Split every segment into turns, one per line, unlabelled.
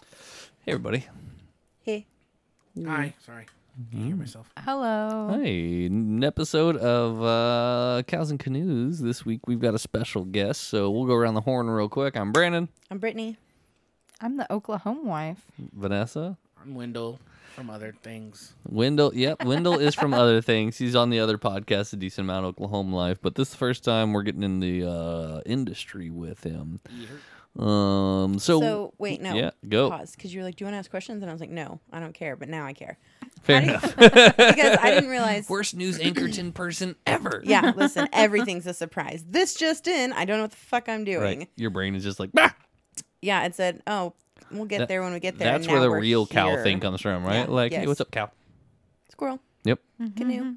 Hey, everybody.
Hey.
Hi. Sorry. Can you hear myself?
Hello.
Hey, an episode of uh, Cows and Canoes. This week we've got a special guest, so we'll go around the horn real quick. I'm Brandon,
I'm Brittany.
I'm the Oklahoma wife.
Vanessa,
I'm Wendell from other things.
Wendell. Yep, Wendell is from other things. He's on the other podcast, a decent amount, Oklahoma Life. But this is the first time we're getting in the uh, industry with him. Um, so,
So, wait, no.
yeah, go.
Pause, because you were like, "Do you want to ask questions?" And I was like, "No, I don't care." But now I care
fair enough.
because I didn't realize.
Worst news Anchorton person ever.
yeah, listen, everything's a surprise. This just in, I don't know what the fuck I'm doing.
Right. Your brain is just like. "Bah!"
Yeah, it said, "Oh, we'll get there when we get there." and
That's where
now
the
we're
real cow
here.
thing comes from, right?
Yeah,
Like, hey,
yes.
what's up, cow?
Squirrel
Yep.
canoe.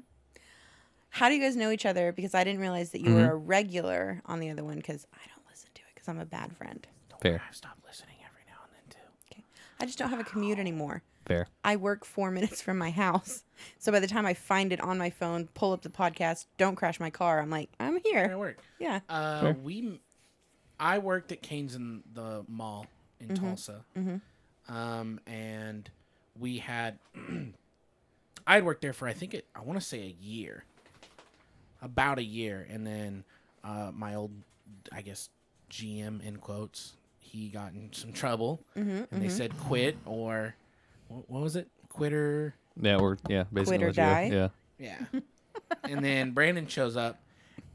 How do you guys know each other? Because I didn't realize
Mm-hmm.
that you were a regular on the other one. Because I don't listen to it. Because I'm a bad friend.
Fair.
I've stopped listening every now and then too.
Okay, I just don't have a commute anymore.
Fair.
I work four minutes from my house. So by the time I find it on my phone, pull up the podcast, don't crash my car, I'm like, I'm
Fair
here.
work.
Yeah.
Uh, We, I worked at Canes in the mall in Tulsa, um, and we had. I'd worked there for I think it, I want to say a year, about a year, and then uh, my old, I guess, GM in quotes, he got in some trouble, and they said quit or what, what was it, quitter.
Yeah, we're yeah, basically
or
what you
die?
do. Yeah.
Yeah. and then Brandon shows up,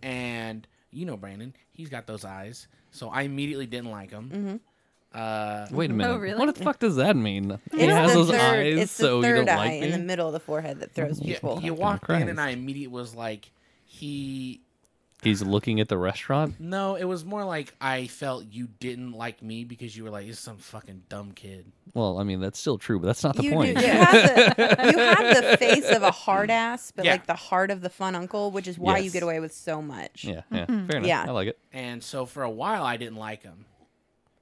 and you know Brandon, he's got those eyes. So I immediately didn't like him. Uh,
Wait a minute.
really?
What the fuck does that mean? He
Oh, It's
has
the
those
third-
eyes,
it's the
so you
third
don't
eye
like
in the
me.
middle of the forehead that throws
you,
people.
you walked in,
Christ.
and I immediately was like, he.
He's looking at the restaurant.
No, it was more like I felt you didn't like me because you were like, this is some fucking dumb kid.
Well, I mean that's still true, but that's not the
You,
point.
do, you, have the, you have the face of a hard ass, but
Yeah.
like the heart of the fun uncle, which is why you
Yes.
get away with so much.
Yeah, yeah, fair enough.
Mm-hmm. Yeah.
I like it
And so for a while, I didn't like him.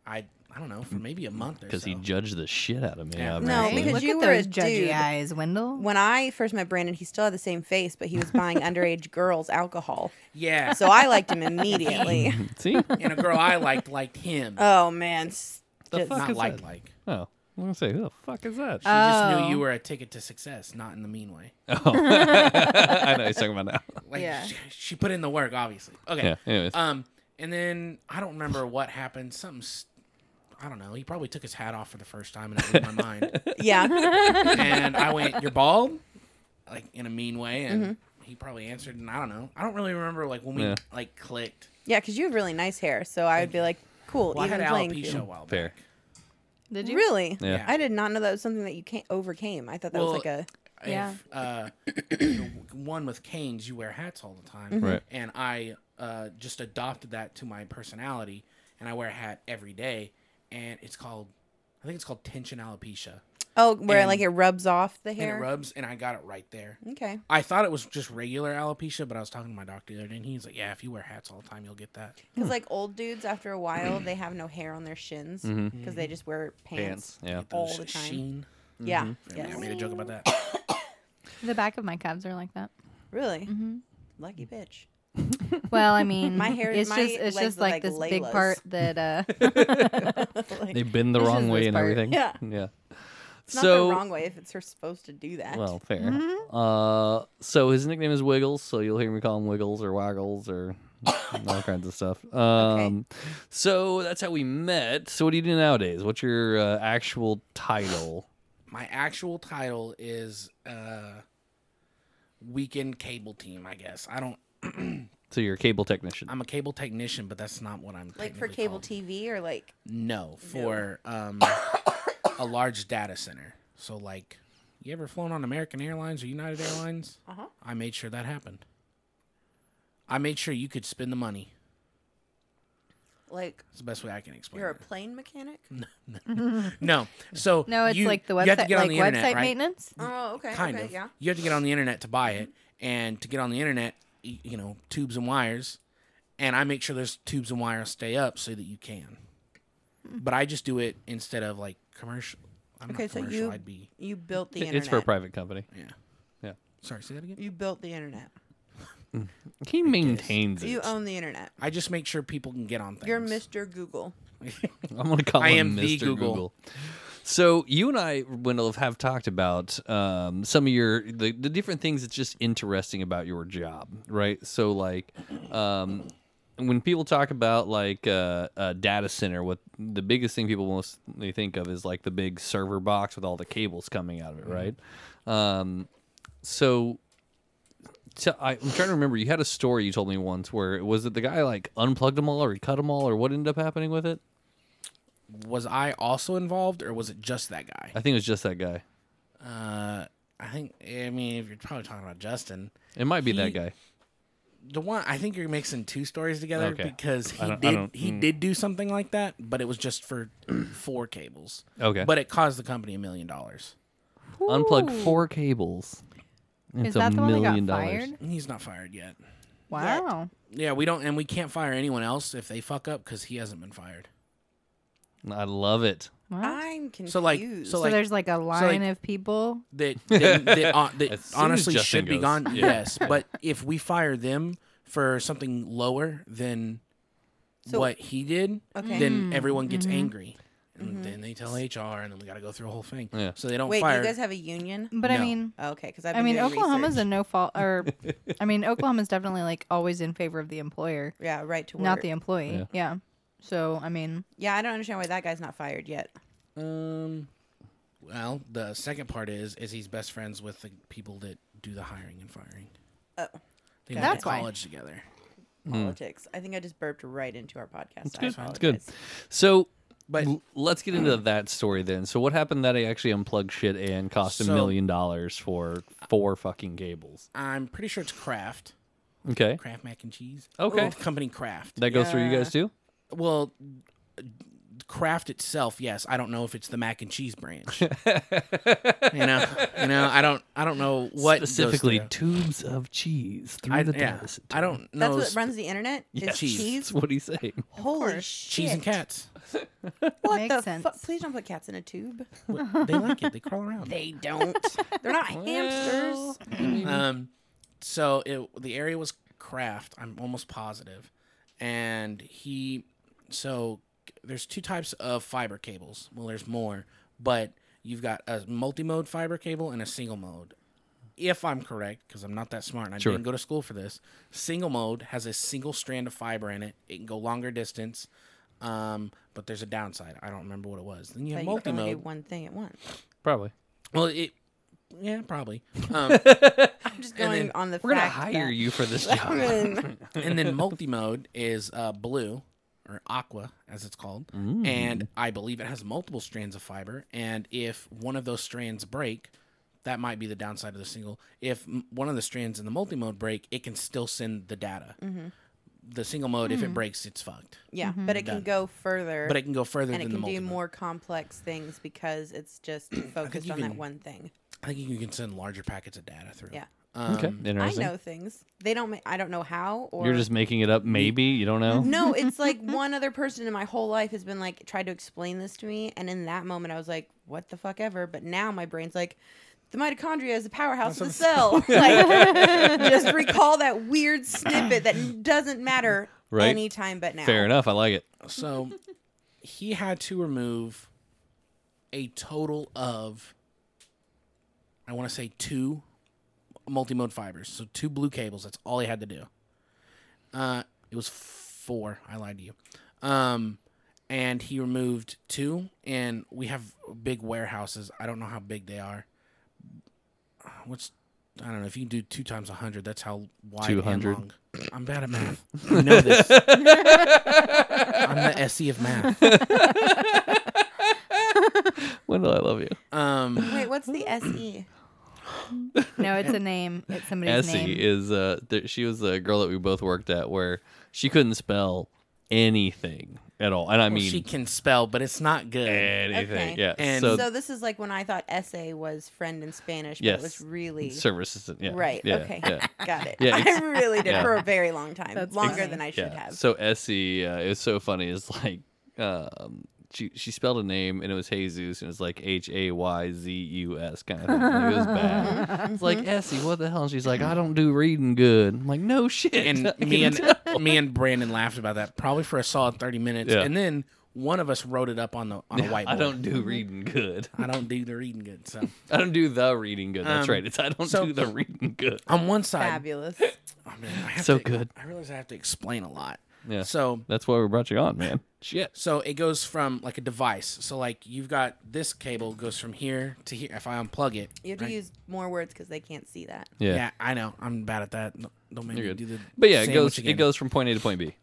I I don't know for maybe a month or so.
because he judged the shit out of me.
Yeah.
obviously.
No, Oh, because
Look
you
at
were a
those judgy
dude.
eyes, Wendell.
When I first met Brandon, he still had the same face, but he was buying underage girls alcohol.
yeah.
So I liked him immediately.
see, oh,
and a girl I liked liked him.
oh, man. s-
The
just-
fuck
not
is
like
that?
like.
Oh, I'm gonna say, who the fuck is that? Oh.
Uh,
She just knew
Oh.
you were a ticket to success, not in the mean way.
I know what he's talking about now.
Like
Yeah.
she, she put in the work, obviously. Okay.
Yeah. Anyways,
Um, and then I don't remember what happened. Something, s- I don't know. He probably took his hat off for the first time, and it blew my mind.
yeah.
And I went, "You're bald," like in a mean way, and he probably answered, and I don't know. I don't really remember like when we
Yeah.
like clicked.
Yeah, because you have really nice hair, so I would be like, cool.
Well, I
even
had
playing
alopecia a
field.
while back.
fair.
Did
Really?
Yeah.
I did not know that was something that you can overcame. I thought that
Well,
was like a
if,
Yeah.
uh, the one with canes, you wear hats all the time,
Mm-hmm.
Right.
and I uh, just adopted that to my personality, and I wear a hat every day, and it's called, I think it's called tension alopecia,
oh, where
and-
like it rubs off the
and it
hair.
rubs, and I got it right there.
okay.
I thought it was just regular alopecia, but I was talking to my doctor the other day, and he's like, "Yeah, if you wear hats all the time, you'll get that."
Because like old dudes, after a while, they have no hair on their shins because
Mm-hmm.
they just wear pants.
Mm-hmm. Yeah.
All
Those
the time.
Sheen.
Yeah.
Mm-hmm. Yeah, I
Yes.
made a joke about that.
The back of my calves are like that.
Really? Lucky bitch.
Well, I mean,
My hair-
It's
my
just it's
legs
just
look
like,
like
this
Layla's.
big part that uh,
like,
They bend the
It's
wrong
just
way
this
and
part.
everything.
Yeah.
Yeah.
it's not
so
the wrong way if it's her supposed to do that.
Well, fair.
Mm-hmm.
Uh, so his nickname is Wiggles, so you'll hear me call him Wiggles or Waggles or all kinds of stuff. Um, So that's how we met. So what do you do nowadays? What's your uh, actual title?
My actual title is uh, weekend cable team. I guess I don't.
So you're a cable technician.
I'm a cable technician, but that's not what I'm.
like for
technically
cable
called.
TV or like
No, for um, a large data center. So, like, you ever flown on American Airlines or United Airlines?
Uh-huh.
I made sure that happened. I made sure you could spend the money.
like
That's the best way I can explain
you're a
it.
plane mechanic.
No, so
no, it's
you-
like the
you have to
website
get on
like
the
website
internet, right?
maintenance.
Oh, okay.
Kind
okay,
of.
Yeah.
You have to get on the internet to buy it, and to get on the internet, y- you know, tubes and wires, and I make sure those tubes and wires stay up so that you can. But I just do it instead of like commercial. I'm
Okay,
not
so
commercial.
you-
I'd be
You built the
It-
internet.
it's for a private company.
yeah.
Yeah.
Sorry, say that again.
You built the internet.
He maintains it.
You own the internet.
I just make sure people can get on things.
You're Mr. Google.
I'm gonna call
I
him
am the
Mr.
Google.
So you and I, Wendell, have talked about um, some of your the, the different things that's just interesting about your job, right? So like, um, when people talk about like uh, a data center, what the biggest thing people most they think of is like the big server box with all the cables coming out of
Mm-hmm.
it, right? Um, so t- I, am trying to remember. You had a story you told me once where was it the guy like unplugged them all or he cut them all or what ended up happening with it?
Was I also involved, or was it just that guy?
I think it was just that guy.
Uh, I think. I mean, if you're probably talking about Justin,
It might be
He-
that guy.
the one I think you're mixing two stories together
Okay.
because
I
he
don't- I
did
don't- mm.
he did do something like that, but it was just for four cables.
Okay.
But it cost the company a million dollars.
unplugged
Ooh.
four cables. It's
Is that the one that got
dollars.
fired?
He's not fired yet.
Wow.
Yeah, we don't, and we can't fire anyone else if they fuck up because he hasn't been fired.
I love it.
Wow.
I'm confused.
So, like- so,
So
like-
there's like a line of people.
That that, that, uh, that
As soon as
honestly
Justin
should be
goes.
gone.
Yeah.
Yes, but if we fire them for something lower than
So-
what he did,
Okay. Mm-hmm.
then everyone gets angry, and then they tell HR, and then we got to go through a whole thing.
Yeah.
So they don't
Wait,
fire.
you guys have a union?
But I
No.
mean,
Oh, okay, because I've been
I mean,
doing
Oklahoma's a
research.
no fault, or I mean, Oklahoma's definitely like always in favor of the employer,
yeah, right to work.
not the employee.
Yeah.
Yeah. So I mean,
yeah, I don't understand why that guy's not fired yet.
Um. Well, the second part is is he's best friends with the people that do the hiring and firing.
Oh.
They
That's
went to
why.
college together. Hmm.
Politics. I think I just burped right into our podcast. It's
good. It's good. So
But
l- let's get into that story then. So what happened that I actually unplugged shit and cost a
So-
million dollars for four fucking cables?
I'm pretty sure it's Kraft.
Okay.
Kraft mac and cheese.
Okay.
Oh, company Kraft.
That goes through you guys
Yeah.
too?
well, Kraft itself, yes. I don't know if it's the mac and cheese branch. you know, you know, I don't, I don't know what goes
Specifically
through.
tubes of cheese through
I,
the
yeah,
data center.
I don't
That's
know.
what runs the internet.
Yes.
Is
Cheese.
cheese?
That's what he's saying.
Holy
course.
shit!
cheese and cats.
What
Makes
the
sense.
fuck? Please don't put cats in a tube.
What- they like it. They crawl around.
They don't. They're not hamsters. Mm-hmm.
Um, so it the area was Kraft. I'm almost positive, and he so there's two types of fiber cables. Well, there's more, but you've got a multi-mode fiber cable and a single mode. If I'm correct, because I'm not that smart and I
Sure.
didn't go to school for this, single mode has a single strand of fiber in it. It can go longer distance, um, but there's a downside. I don't remember what it was. Then you have
But you can only do
multi-mode.
one thing at once.
Probably.
Well, it, yeah, probably. Um,
I'm just
And
going
then-
on the.
We're gonna
fact
hire
that-
you for this
I
job.
mean,
and then multi-mode is uh, blue or aqua as it's called and i believe it has multiple strands of fiber and if one of those strands break that might be the downside of the single if m- one of the strands in the multi-mode break it can still send the data
Mm-hmm.
the single mode if
Hmm.
it breaks it's fucked
yeah, but it can
Done.
go further.
but it can go further
and it
than the
can do
multi-mode.
more complex things because it's just focused
you
on that
can-
one thing.
i think you can send larger packets of data through
Yeah.
um,
okay.
I
Interesting.
know things. They don't. Ma- I don't know how. Or Mm-hmm.
You're just making it up maybe, you don't know?
no. It's like one other person in my whole life has been like tried to explain this to me, and in that moment, I was like, "What the fuck ever." But now my brain's like. The mitochondria is the powerhouse of the cell. Like, just recall that weird snippet that doesn't matter
Right.
any time but now.
Fair enough, I like it.
So he had to remove a total of, I want to say, two multimode fibers. So two blue cables. That's all he had to do. Uh, it was four. I lied to you. Um, and he removed two, and we have big warehouses. I don't know how big they are. What's I don't know if you can do two times a hundred. That's how wide
200.
and long. I'm bad at math. You know this. I'm the SE of math.
Wendell, I love you.
Um,
Wait, what's the E? SE?
no, it's a name. It's somebody's
Essie
name.
is uh th- she was the girl that we both worked at where she couldn't spell anything at all. And I
well,
mean eh.
she can spell, but it's not good.
anything.
Okay.
Yeah.
And-
so,
So this is like when I thought essay was friend in Spanish, but
Yes.
it was really
service assistant. Yeah.
right.
Yeah,
okay,
Yeah.
got it.
Yeah,
I
it's-
really did
yeah.
for a very long time,
That's
longer
funny.
than I should
yeah.
have.
So Essie, uh, it was so funny. It's like um, she she spelled a name and it was Jesus and it was like H A Y Z U S kind of thing. Like, it was bad. It's like Essie, what the hell? And she's like, I don't do reading good. I'm like, no shit.
And
I
me
can
and
tell.
me and Brandon laughed about that probably for a solid thirty minutes,
Yeah.
and then One of us wrote it up on the on a whiteboard.
I don't do reading good.
I don't do the reading good. So
I don't do the reading good. That's
Um,
right. It's I don't
so-
do the reading good.
on one side,
Fabulous.
oh, man, I have
So
to-
good.
I realize I have to explain a lot.
Yeah.
So
That's why we brought you on, man. Shit.
So it goes from like a device. So like you've got this cable goes from here to here. If I unplug it,
You have to
right?
use more words because they can't see that.
Yeah.
Yeah. I know. I'm bad at that. No- Don't make
You're
me
good.
do the.
But yeah, it
sandwich
goes it
again.
goes from point A to point B.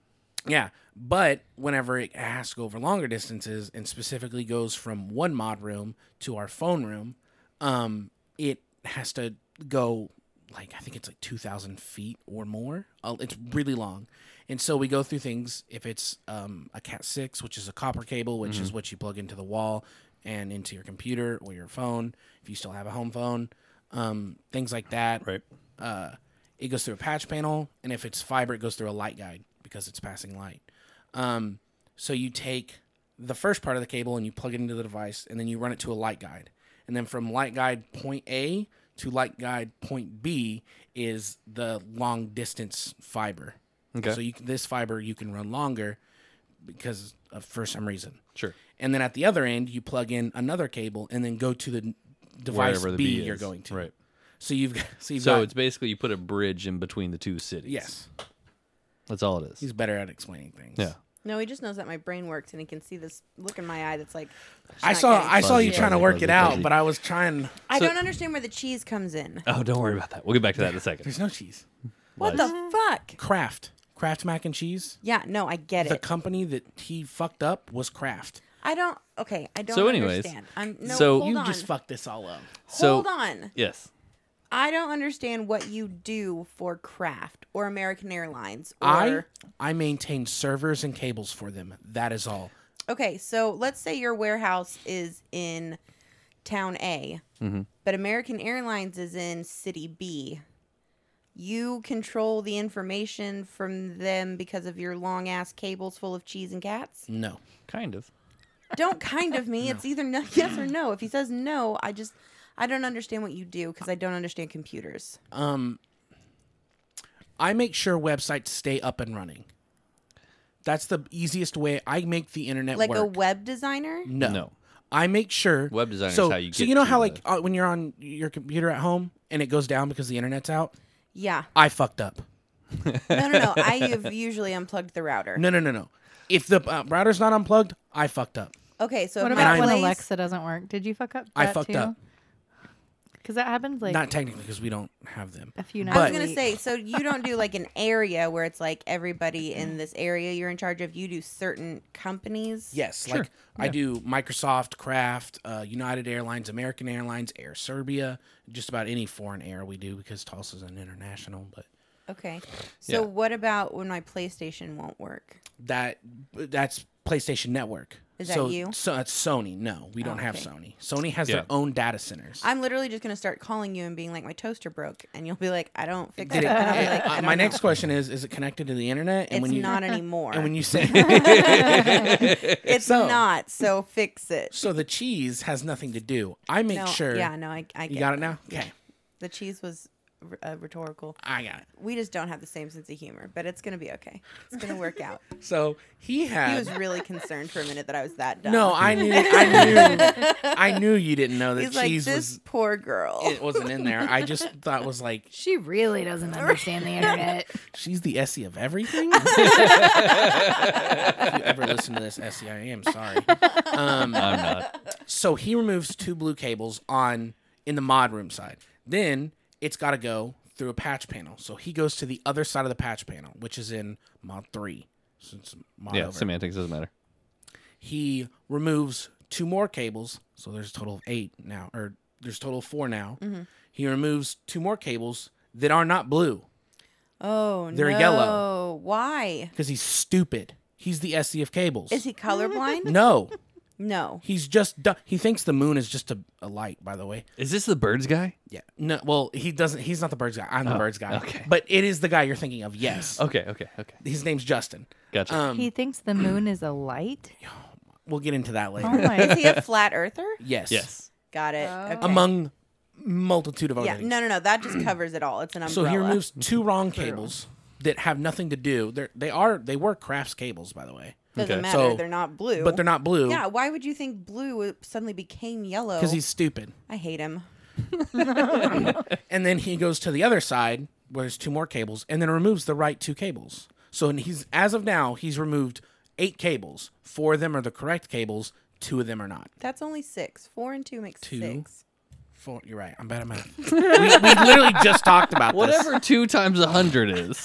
Yeah, but whenever it has to go over longer distances and specifically goes from one mod room to our phone room, um, it has to go like I think it's like two thousand feet or more. Uh, it's really long, and so we go through things. If it's um, a Cat six, which is a copper cable, which is what you plug into the wall and into your computer or your phone, if you still have a home phone, um, things like that
Right.
uh, it goes through a patch panel, and if it's fiber, it goes through a light guide because it's passing light. Um, so you take the first part of the cable and you plug it into the device, and then you run it to a light guide, and then from light guide point A to light guide point B is the long distance fiber.
Okay.
So you, can- this fiber you can run longer because of, for some reason.
Sure.
And then at the other end, you plug in another cable and then go to the n- device
Wherever the
B,
B
you're
is.
going to.
Right.
So you've got- so you've
So
got,
it's basically you put a bridge in between the two cities.
yes.
That's all it is.
He's better at explaining things.
Yeah.
No, he just knows that my brain works and he can see this look in my eye that's like. she's
I
not
saw
getting
I
it.
saw you
Fuzzy,
trying to
fuzzy,
work
fuzzy,
it out,
fuzzy.
but I was trying.
I
so-
don't understand where the cheese comes in.
Oh, don't worry about that. We'll get back to that in a second.
There's no cheese.
What the fuck?
Kraft, Kraft mac and cheese.
Yeah, no, I get
The
it.
company that he fucked up was Kraft.
I don't. Okay, I don't
So anyways,
understand. I'm no.
so-
hold
You
on.
Just fucked this all up.
So-
hold on.
Yes.
I don't understand what you do for Kraft or American Airlines. Or,
I I maintain servers and cables for them. That is all.
okay, so let's say your warehouse is in town A,
Mm-hmm.
but American Airlines is in city B. You control the information from them because of your long ass cables full of cheese and cats.
No.
Kind of.
Don't kind of me. It's either no, yes or no. If he says no, I just I don't understand what you do because I don't understand computers.
Um. I make sure websites stay up and running. That's the easiest way. I make the internet
Like
work. Mm.
a web designer.
No.
No.
I make sure
Web design is
so,
how you
So
get
you know
to
how
the-
like uh, when you're on your computer at home and it goes down because the internet's out.
Yeah.
I fucked up.
No, no, no. I have usually unplugged the router.
No, no, no, no. If the uh, router's not unplugged, I fucked up.
Okay, so
What
if my
about when
place,
Alexa doesn't work? Did you fuck up?
I
that
fucked
too?
up.
Because that happens like
not technically because we don't have them.
a few nights.
I was
But-
gonna say, so you don't do like an area where it's like everybody in this area you're in charge of. You do certain companies.
Yes, like I do Microsoft, Kraft, uh, United Airlines, American Airlines, Air Serbia, just about any foreign air we do because Tulsa's an international. But
Okay. So
Yeah.
what about when my PlayStation won't work?
that that's PlayStation Network.
Is that
so,
you? Oh,
So it's Sony. No, we don't have
okay.
Sony. Sony has
Yeah.
their own data centers.
I'm literally just gonna start calling you and being like, my toaster broke, and you'll be like, I don't fix
Did
it.
it-
And I'll be like,
uh, my next question is: Is it connected to the internet?
it's
when you
not anymore.
and when you say
it's
So-
not. So fix it.
so, the cheese has nothing to do. I make
no,
sure.
Yeah. No. I. I get
you got it now. Okay,
The cheese was r- uh, rhetorical.
I got it.
We just don't have the same sense of humor, but it's gonna be okay. It's gonna work out.
So he
He
had.
was really concerned for a minute that I was that dumb.
no, I knew, I knew, I knew you didn't know that
he's like
cheese
this poor girl.
was. It wasn't in there. I just thought was like
She really doesn't understand the internet.
she's the Essie of everything. if you ever listen to this Essie, I am sorry.
I'm
Um,
not.
so he removes two blue cables on in the mod room side. Then it's got to go through a patch panel. So he goes to the other side of the patch panel, which is in mod three. Since mod
Yeah,
over.
semantics doesn't matter.
he removes two more cables. So there's a total of eight now, or there's a total of four now. He removes two more cables that are not blue
oh
They're
no.
yellow.
Why?
because he's stupid. He's the SC of cables.
Is he colorblind?
No,
no.
he's just du- he thinks the moon is just a, a light. By the way,
Is this the birds guy?
yeah. No, well he doesn't. He's not the birds guy. I'm the birds guy.
okay. Oh.
but it is the guy you're thinking of. Yes,
Okay, okay, okay.
his name's Justin.
Gotcha.
Um,
he thinks the moon is a light.
we'll get into that later.
Oh my!
Is he a flat earther?
yes,
yes.
Got it.
Oh.
Okay.
among multitude of other
Yeah.
things.
No, no, no. That just covers it all. It's an
So
umbrella.
he removes two wrong cables that have nothing to do. They're, they are they were Crafts cables, by the way.
Doesn't
Okay.
matter.
So-
they're not blue.
but they're not blue
Yeah, why would you think blue suddenly became yellow?
because he's stupid.
I hate him.
And then he goes to the other side where there's two more cables and then removes the right two cables. So and he's as of now, he's removed eight cables. Four of them are the correct cables, two of them are not.
That's only six. Four and two makes
Two.
six.
Four, you're right. I'm bad at math. we, we literally just talked about this.
Whatever two times a hundred is.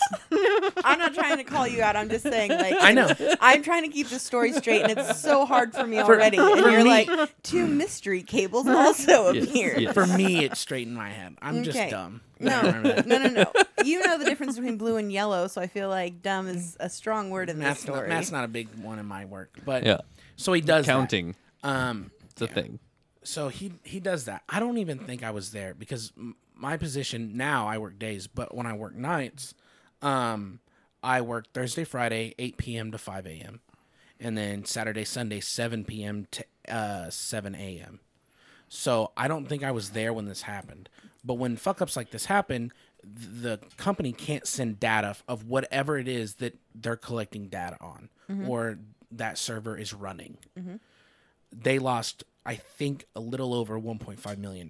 I'm not trying to call you out. I'm just saying, like,
I know.
I'm trying to keep the story straight, and it's so hard for me already. and
for
you're
me-
like, two mystery cables also
Yes,
appear.
yes.
For me, it's straight in my head. I'm just
Okay.
dumb.
No,
Never
no,
mind.
no, no. You know the difference between blue and yellow, so I feel like dumb is a strong word in this
Math's not,
story.
math's not a big one in my work, but
Yeah.
So he does that.
Counting.
Um,
It's a thing.
so he he does that. I don't even think I was there because m- my position now I work days, but when I work nights, um, I work Thursday, Friday, eight p.m. to five a.m., and then Saturday, Sunday, seven p.m. to uh, seven a.m. So I don't think I was there when this happened. But when fuck ups like this happen, th- the company can't send data f- of whatever it is that they're collecting data on
Mm-hmm.
or that server is running. They lost, I think, a little over $1.5 million.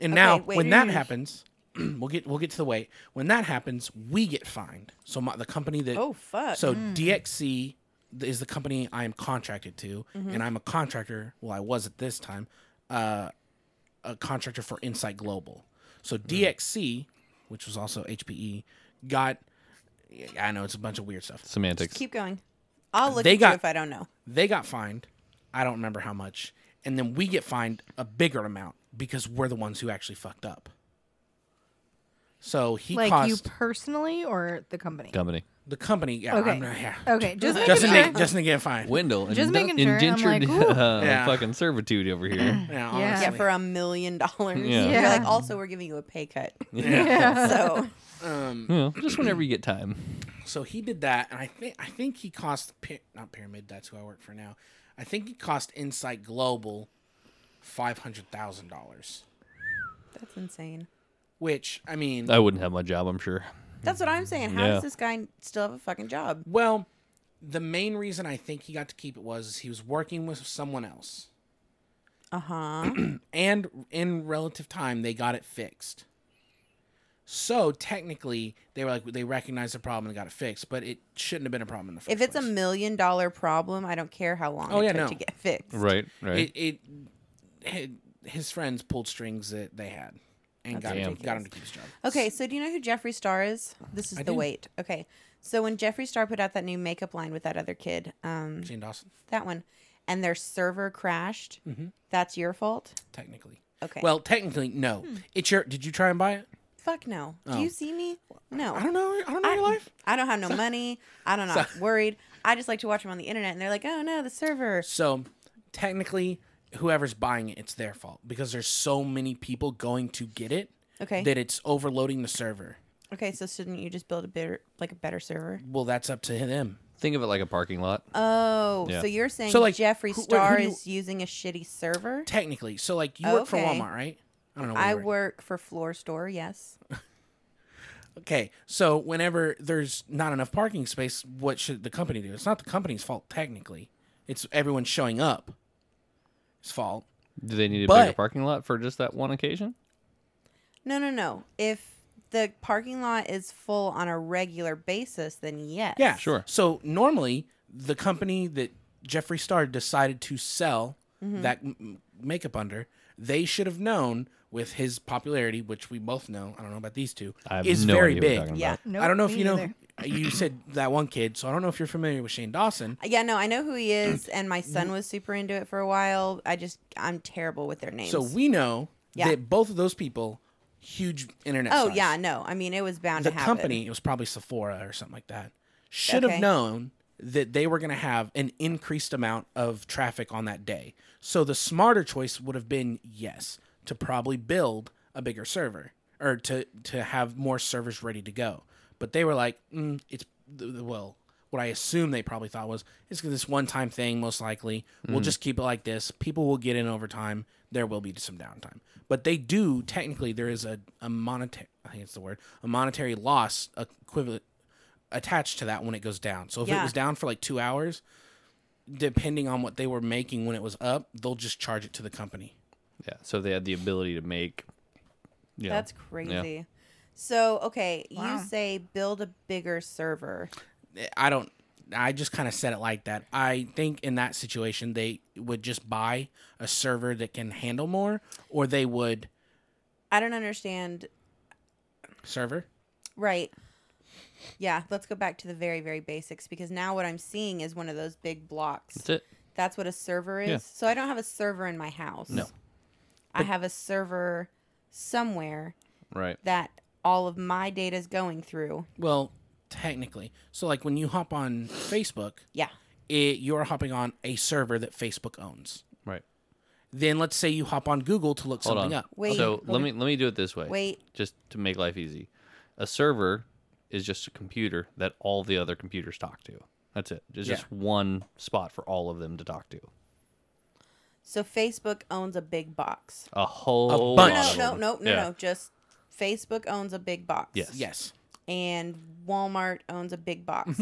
And now,
Hmm. wait.
when that happens, we'll get we'll get to the wait. When that happens, we get fined. So my, the company that
Oh fuck!
so DXC is the company I am contracted to, and I'm a contractor. Well, I was at this time, uh, a contractor for Insight Global. So DXC, which was also HPE, got. I know it's a bunch of weird stuff.
Semantics.
keep going. I'll look
They
at
got-
you if I don't know.
They got fined. I don't remember how much, and then we get fined a bigger amount because we're the ones who actually fucked up. So he
like
cost
you personally or the company?
Company.
the company. Yeah,
Okay.
I'm not, yeah.
Okay, just making
Justin,
sure.
didn't- Justin didn't get fined.
Wendell.
Just
indu-
making sure, I'm
indentured
like, ooh.
uh,
Yeah.
fucking servitude over here.
Yeah,
Yeah.
honestly.
Yeah, for a million dollars.
Yeah.
You're like,
Yeah.
also, we're giving you a pay cut.
Yeah.
So
um,
You know, just whenever you get time.
so he did that, and I think I think he cost Py- not Pyramid. That's who I work for now. I think he cost Insight Global five hundred thousand dollars.
that's insane.
Which I mean,
I wouldn't have my job, I'm sure.
That's what I'm saying. How
Yeah.
does this guy still have a fucking job?
well, the main reason I think he got to keep it was is he was working with someone else,
Uh huh.
and in relative time they got it fixed. So technically, they were like they recognized the problem and got it fixed, but it shouldn't have been a problem in the first
if it's a
place.
million dollar problem, I don't care how long
Oh,
it
yeah,
took
no.
to get fixed.
Right, right.
it, it hi- his friends pulled strings that they had and got him,
ridiculous.
got him to keep his job.
Okay, so do you know who Jeffree Star is? This is
I
the
do.
wait. Okay, so when Jeffree Star put out that new makeup line with that other kid, um,
Shane Dawson,
that one, and their server crashed,
Mm-hmm.
that's your fault.
technically.
Okay.
Well, technically, no. It's your. Did you try and buy it?
fuck no. Do you see me? No.
Oh. I don't know. I don't know your life.
I don't have no money. I don't know. I'm worried. I just like to watch them on the internet, and they're like, "Oh no, the server."
So, technically, whoever's buying it, it's their fault because there's so many people going to get it
Okay.
that it's overloading the server.
Okay, so shouldn't you just build a better, like a better server?
Well, that's up to them.
Think of it like a parking lot.
Oh,
Yeah.
so you're saying
So, like,
Jeffree
who- wait,
Star
who do you-
is using a shitty server?
Technically, so like you work for
Okay.
Walmart, right? I don't know. What
I
you work.
work for Floor Store, yes.
Okay, so whenever there's not enough parking space, what should the company do? It's not the company's fault technically. It's everyone showing up. It's fault.
Do they need a bigger
But-
parking lot for just that one occasion?
No, no, no. If the parking lot is full on a regular basis, then yes.
Yeah,
Sure.
So normally the company that Jeffree Star decided to sell
Mm-hmm.
that m- m- makeup under, they should have known with his popularity, which we both know. I don't know about these two.
I have
is
no
very
idea what
big.
you're talking
Yeah.
about.
Nope,
I don't know if
me
you know.
neither.
You said that one kid, so I don't know if you're familiar with Shane Dawson.
Yeah, no, I know who he is, and my son was super into it for a while. I just, I'm terrible with their names.
So we know
Yeah.
that both of those people, huge internet.
oh,
stars.
yeah, no. I mean, it was bound
the
to happen.
company, it was probably Sephora or something like that, should
Okay.
have known that they were going to have an increased amount of traffic on that day. So the smarter choice would have been yes, to probably build a bigger server or to to have more servers ready to go. But they were like, mm, it's th- th- well, what I assume they probably thought was it's this one time thing, most likely. We'll just keep it like this. People will get in over time. There will be some downtime. But they do, technically, there is a, a monetary, I think it's the word, a monetary loss equivalent attached to that when it goes down. So if it
Yeah.
was down for like two hours, depending on what they were making when it was up, they'll just charge it to the company.
Yeah. So they had the ability to make. Yeah.
That's crazy. So, okay,
Wow.
you say build a bigger server.
I don't. I just kind of said it like that. I think in that situation they would just buy a server that can handle more, or they would
I don't understand.
server.
Right. Yeah, let's go back to the very, very basics because now what I'm seeing is one of those big blocks.
That's it.
That's what a server is.
Yeah.
So I don't have a server in my house.
No.
I have a server somewhere
Right.
that all of my data is going through.
Well, technically, so like when you hop on Facebook,
Yeah.
it, you're hopping on a server that Facebook owns.
Right.
Then let's say you hop on Google to look
Hold
something
on.
up.
Wait,
so
hold
let
on.
me let me do it this way.
Wait.
Just to make life easy, a server is just a computer that all the other computers talk to. That's it. There's
Yeah.
just one spot for all of them to talk to.
So Facebook owns a big box.
A whole
bunch.
lot
No,
of
no,
them.
no, no,
Yeah.
no. Just Facebook owns a big box.
Yes.
Yes,
And Walmart owns a big box.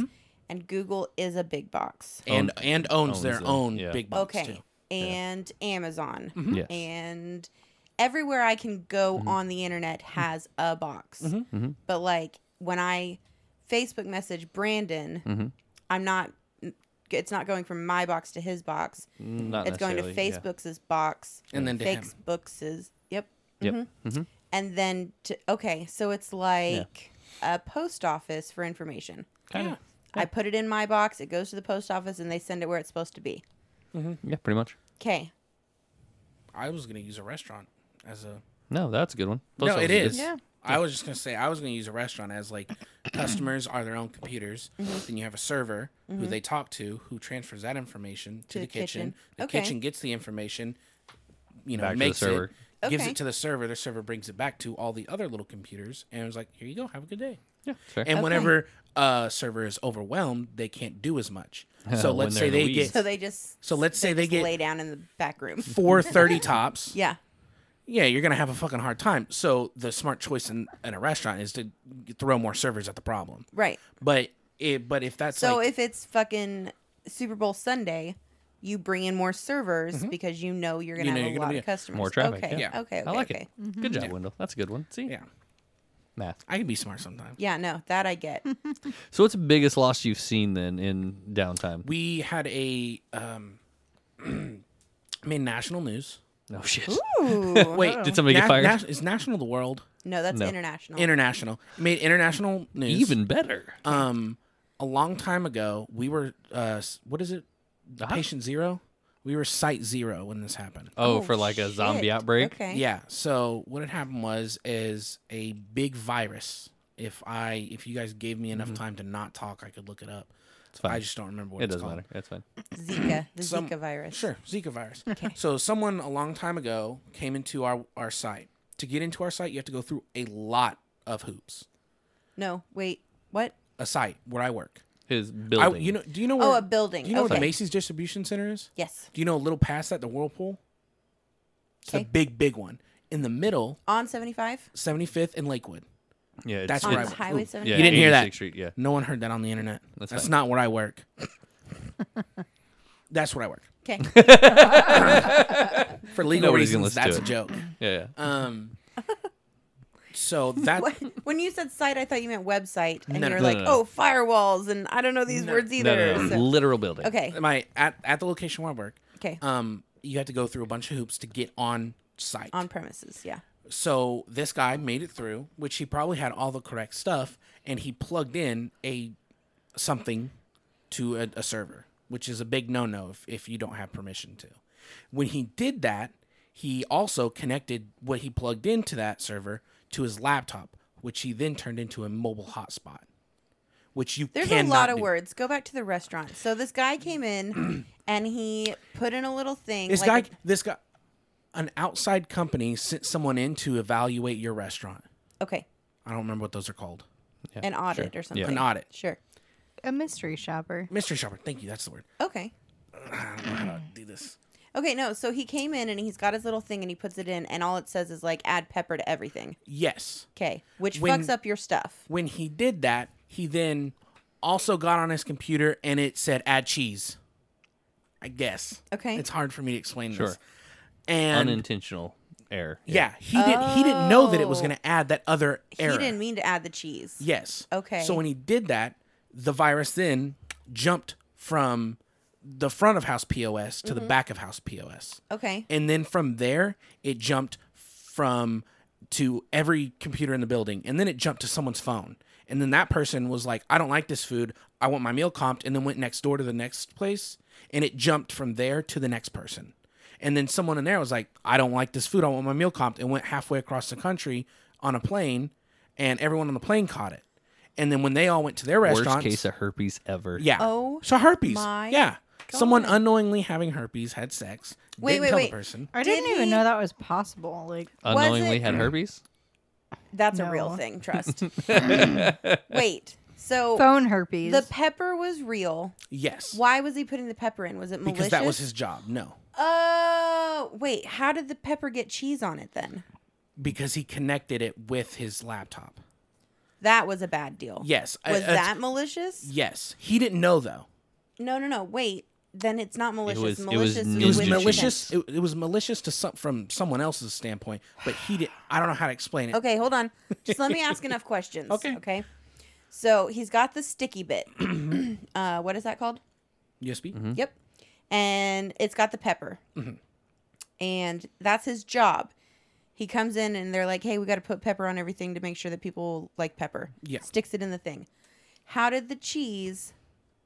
And Google is a big box.
and and owns,
owns
their
them,
own
yeah.
big box
okay.
too.
And Amazon.
Yes. Mm-hmm.
And everywhere I can go on the internet has a box. But like when I Facebook message Brandon,
Mm-hmm.
I'm not. It's not going from my box to his box.
Not
it's going to
necessarily, yeah.
Facebook's box
And then to him.
Facebook's yep,
Yep.
Mm-hmm. and then to okay, so it's like a post office for information.
Kind
Yeah.
of.
I put it in my box, it goes to the post office, and they send it where it's supposed to be.
Yeah, pretty much.
Okay,
I was gonna use a restaurant as a
No, that's a good one.
no,
office
it is.
Yeah.
I was just gonna say I was gonna use a restaurant as like customers are their own computers. Then you have a server who they talk to, who transfers that information to, the, kitchen. The
Okay.
kitchen gets the information, you know,
Back to the
makes it,
server.
gives
Okay.
it to the server. The server brings it back to all the other little computers, and it's like, here you go, have a good day.
Yeah, fair.
And whenever a server is overwhelmed, they can't do as much. So
When
let's
they're
say
in
they
the weeds.
get
so they just
So let's say they
just
get-
lay down in the back room.
four thirty tops.
Yeah,
yeah, you're gonna have a fucking hard time. So the smart choice in, in a restaurant is to throw more servers at the problem.
right.
But it, but if that's
So
like,
if it's fucking Super Bowl Sunday, you bring in more servers because you know you're gonna
Mm-hmm. You know
have
you're
a
gonna
lot
be-
of customers.
More traffic,
Okay.
yeah.
Okay. Okay.
I like
okay. Mm-hmm.
it. Good job, Wendell. That's a good one. See?
yeah,
Math.
I can be smart sometimes.
Yeah. No, that I get.
So what's the biggest loss you've seen then in downtime?
We had a um, I mean national news.
oh shit.
Ooh.
Wait,
Did somebody get fired?
is national the world
No, that's
No.
international.
international? It made international news.
Even better.
um, a long time ago, we were uh, s- what is it?
Uh-huh.
Patient zero. We were site zero when this happened.
Oh, for like a zombie
shit.
outbreak.
Okay.
Yeah. So what had happened was is a big virus. If I if you guys gave me enough time to not talk, I could look it up.
It's fine.
I just don't remember what
it
it's
doesn't
called.
matter. That's fine.
Zika, the
Some-
Zika virus.
Sure, Zika virus. So someone a long time ago came into our our site. To get into our site, you have to go through a lot of hoops.
No, wait. What?
A site where I work.
His
I,
building.
you know? Do you know where?
Oh, a building.
Do you know where
okay.
the Macy's distribution center is?
yes.
Do you know a little past that the Whirlpool? It's the
Okay.
big big one in the middle,
On 75?
75th and Lakewood.
yeah, it's,
that's
On
where I
it's-
work.
Highway
Yeah,
75?
You didn't hear that. Hmm.
86th Street. Yeah.
No one heard that on the internet. That's,
That's fine.
not where I work. that's where I work.
Okay.
For legal
Nobody's gonna
reasons,
listen
that's a
to
joke.
Yeah. yeah.
Um, so that
What- when you said site, I thought you meant website. And
No,
you're
no,
like,
no, no.
oh, firewalls. And I don't know these words
no,
either.
no, no.
so-
Literal building.
Okay.
my at, at the location where I work,
Okay.
um, you have to go through a bunch of hoops to get on site.
On premises. Yeah.
so this guy made it through, which he probably had all the correct stuff, and he plugged in a something to a, a server, which is a big no-no if, if you don't have permission to. When he did that, he also connected what he plugged into that server to his laptop, which he then turned into a mobile hotspot, which you
There's a
cannot
lot of
do.
words. Go back to the restaurant. So this guy came in and he put in a little thing.
This
like
guy, this guy, an outside company sent someone in to evaluate your restaurant.
a- okay.
I don't remember what those are called.
Yeah,
An audit
sure.
or something.
An audit.
Sure.
A mystery shopper.
Mystery shopper. Thank you. That's the word.
Okay.
I don't know how to do this.
Okay, no. So he came in and he's got his little thing and he puts it in, and all it says is like add pepper to everything.
Yes.
Okay, which
When-
fucks up your stuff.
When he did that, he then also got on his computer and it said add cheese. I guess.
Okay.
It's hard for me to explain
Sure.
this. And
Unintentional error.
yeah, he didn't he didn't know that it was
Oh.
going to add that other error.
He didn't mean to add the cheese.
Yes.
Okay.
So when he did that, the virus then jumped from the front of house POS
Mm-hmm.
to the back of house POS.
Okay.
And then from there, it jumped from to every computer in the building. And then it jumped to someone's phone. And then that person was like, I don't like this food. I want my meal comped. And then went next door to the next place. And it jumped from there to the next person. And then someone in there was like, I don't like this food. I want my meal comped. And went halfway across the country on a plane. And everyone on the plane caught it. And then when they all went to their
Worst
restaurants,
case of herpes ever.
yeah.
Oh
so herpes.
my
yeah. Someone
God.
unknowingly having herpes had sex.
Wait,
didn't
wait,
tell
wait.
the person.
I
Did
didn't even
he-
know that was possible. Like,
Unknowingly
it-
had herpes.
That's a
No.
real thing, trust. Wait. So
phone herpes.
Oh, the pepper was real.
Yes.
Why was he putting the pepper in? Was it malicious?
Because that was his job. No.
Oh, wait. How did the pepper get cheese on it then?
Because he connected it with his laptop.
That was a bad deal.
Yes. I-
Was
uh, that's-
that malicious?
Yes. He didn't know though.
No, no, no. Wait. Then it's not malicious.
was- it was
malicious is
ninja
It was
with
Ninja
malicious.
intent.
It, it was malicious to some, from someone else's standpoint, but he did. I don't know how to explain it.
Okay, hold on. Just let me ask enough questions.
Okay.
Okay. So he's got the sticky bit. uh, what is that called?
USB.
Yep. And it's got the pepper.
Mm-hmm.
And that's his job. He comes in and they're like, hey, we got to put pepper on everything to make sure that people like pepper.
Yeah.
Sticks it in the thing. How did the cheese,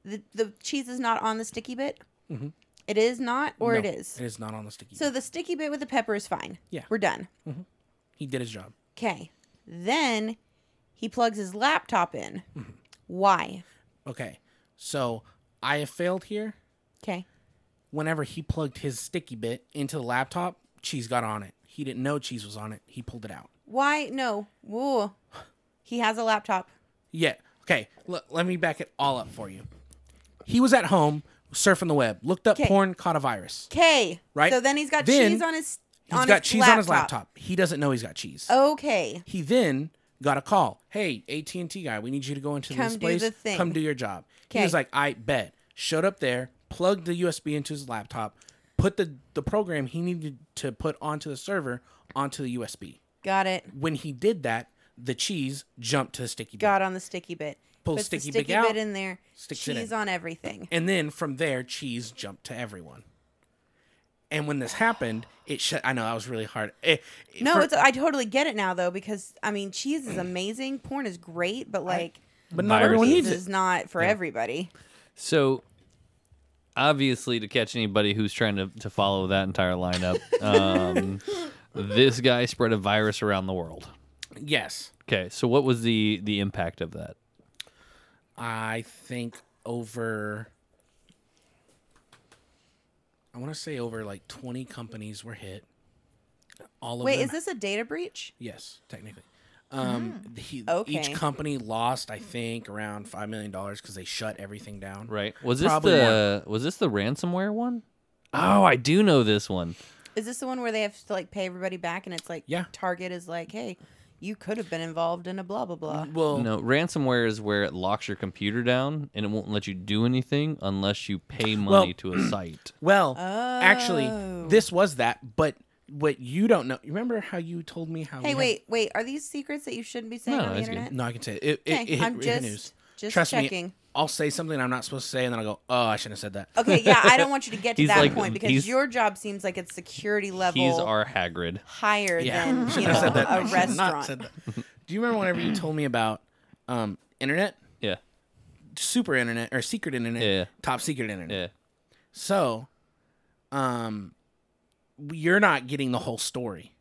the, the cheese is not on the sticky bit? It is not, or it
Mm-hmm. No,
is?
It is not on the sticky.
So the sticky bit with the pepper is fine.
Yeah.
We're done.
he did his job
Okay. Then he plugs his laptop in. Why?
Okay. So I have failed here.
Okay.
Whenever he plugged his sticky bit into the laptop, cheese got on it. He didn't know cheese was on it. He pulled it out.
Why? No. Whoa. He has a laptop.
Yeah. Okay. L- let me back it all up for you. He was at home surfing the web, looked up
'Kay.
porn, caught a virus.
Okay.
Right?
So then he's got
Then
cheese on his.
He's
on
got
his Oh.
cheese on his laptop. He doesn't know he's got cheese.
Okay.
He then got a call. Hey, AT and T guy, we need you to go into
Come
this
do
place.
the thing."
Come do your job. He
'Kay.
was like, I bet. Showed up there, plugged the USB into his laptop, put the the program he needed to put onto the server onto the USB.
Got it.
When he did that, the cheese jumped to the sticky. bit.
Got on the sticky bit.
Pulls
Puts the
sticky bit
sticky
out,
bit in there.
sticks it
cheese
in.
on everything.
And then from there, cheese jumped to everyone. And when this happened, it shut. I know that was really hard. Eh, eh,
No,
for-
it's, I totally get it now though because I mean cheese is amazing. Porn is great, but like
but not everyone
cheese
needs
is
it.
not for everybody.
So obviously, to catch anybody who's trying to, to follow that entire lineup, um, this guy spread a virus around the world.
Yes,
Okay, so what was the the impact of that?
I think over. I want to say over like twenty companies were hit. All of
Wait,
them-
is this a data breach?
yes, technically. Um, he,
Mm. Okay.
each company lost, I think, around five million dollars because they shut everything down.
Right? Was this
Probably
the was this the ransomware one? Oh, I do know this one.
Is this the one where they have to like pay everybody back and it's like
Yeah.
Target is like, hey, you could have been involved in a blah blah blah.
Well,
No, ransomware is where it locks your computer down and it won't let you do anything unless you pay money to a site.
Well, actually,
Oh.
this was that, but what you don't know. you Remember how you told me how?
Hey,
we
wait, wait. Are these secrets that you shouldn't be saying
No,
on the
that's good.
internet?
Had, no, I can say it. It, it,
Okay,
it hit
I'm
hit
just-
news.
just
Trust
checking.
Me, I'll say something I'm not supposed to say, and then I'll go, "Oh, I shouldn't have said that."
Okay, yeah, I don't want you to get to
He's
that
like-
point because
he's-
your job seems like it's security level
He's our Hagrid.
higher
Yeah, I
than you
shouldn't
know,
have said that. I
a
should Not
restaurant.
said that. Do you remember whenever you told me about um, internet,
Yeah.
super internet, or secret internet,
Yeah.
top secret internet?
Yeah.
So, um, you're not getting the whole story.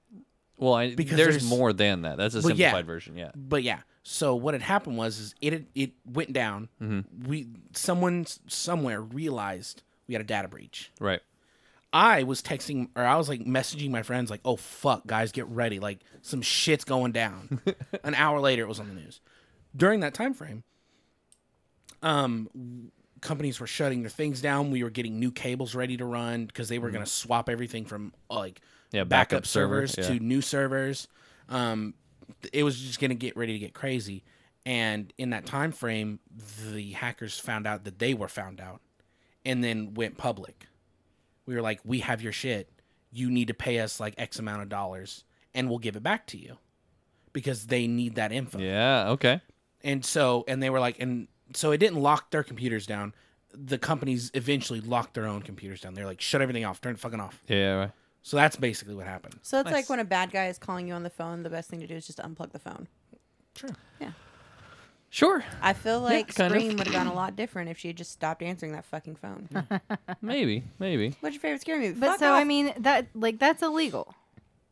Well, I,
Because
there's,
there's-
more than that. That's a
Well,
simplified
yeah.
version. Yeah.
But yeah, so what had happened was is it had- it went down. We someone s- somewhere realized we had a data breach.
Right.
I was texting or I was like messaging my friends like, "Oh fuck, guys, get ready! Like some shit's going down." An hour later, it was on the news. During that time frame, um, w- companies were shutting their things down. We were getting new cables ready to run because they were going to swap everything from uh, like
Mm-hmm. Yeah,
backup,
backup server,
servers
yeah.
to new servers. Um, th- it was just going to get ready to get crazy, and in that time frame the hackers found out that they were found out and then went public we were like we have your shit you need to pay us like x amount of dollars and we'll give it back to you because they need that info
Yeah. Okay.
and so and they were like and so it didn't lock their computers down the companies eventually locked their own computers down they're like shut everything off turn it fucking off
Yeah. Right.
so that's basically what happened
So it's
Nice.
like when a bad guy is calling you on the phone, the best thing to do is just unplug the phone.
sure
Sure.
I feel like
kind of.
Scream would have gone a lot different if she had just stopped answering that fucking phone.
Maybe. Maybe.
What's your favorite scary movie?
But
Fuck
so I
off.
mean that like that's illegal.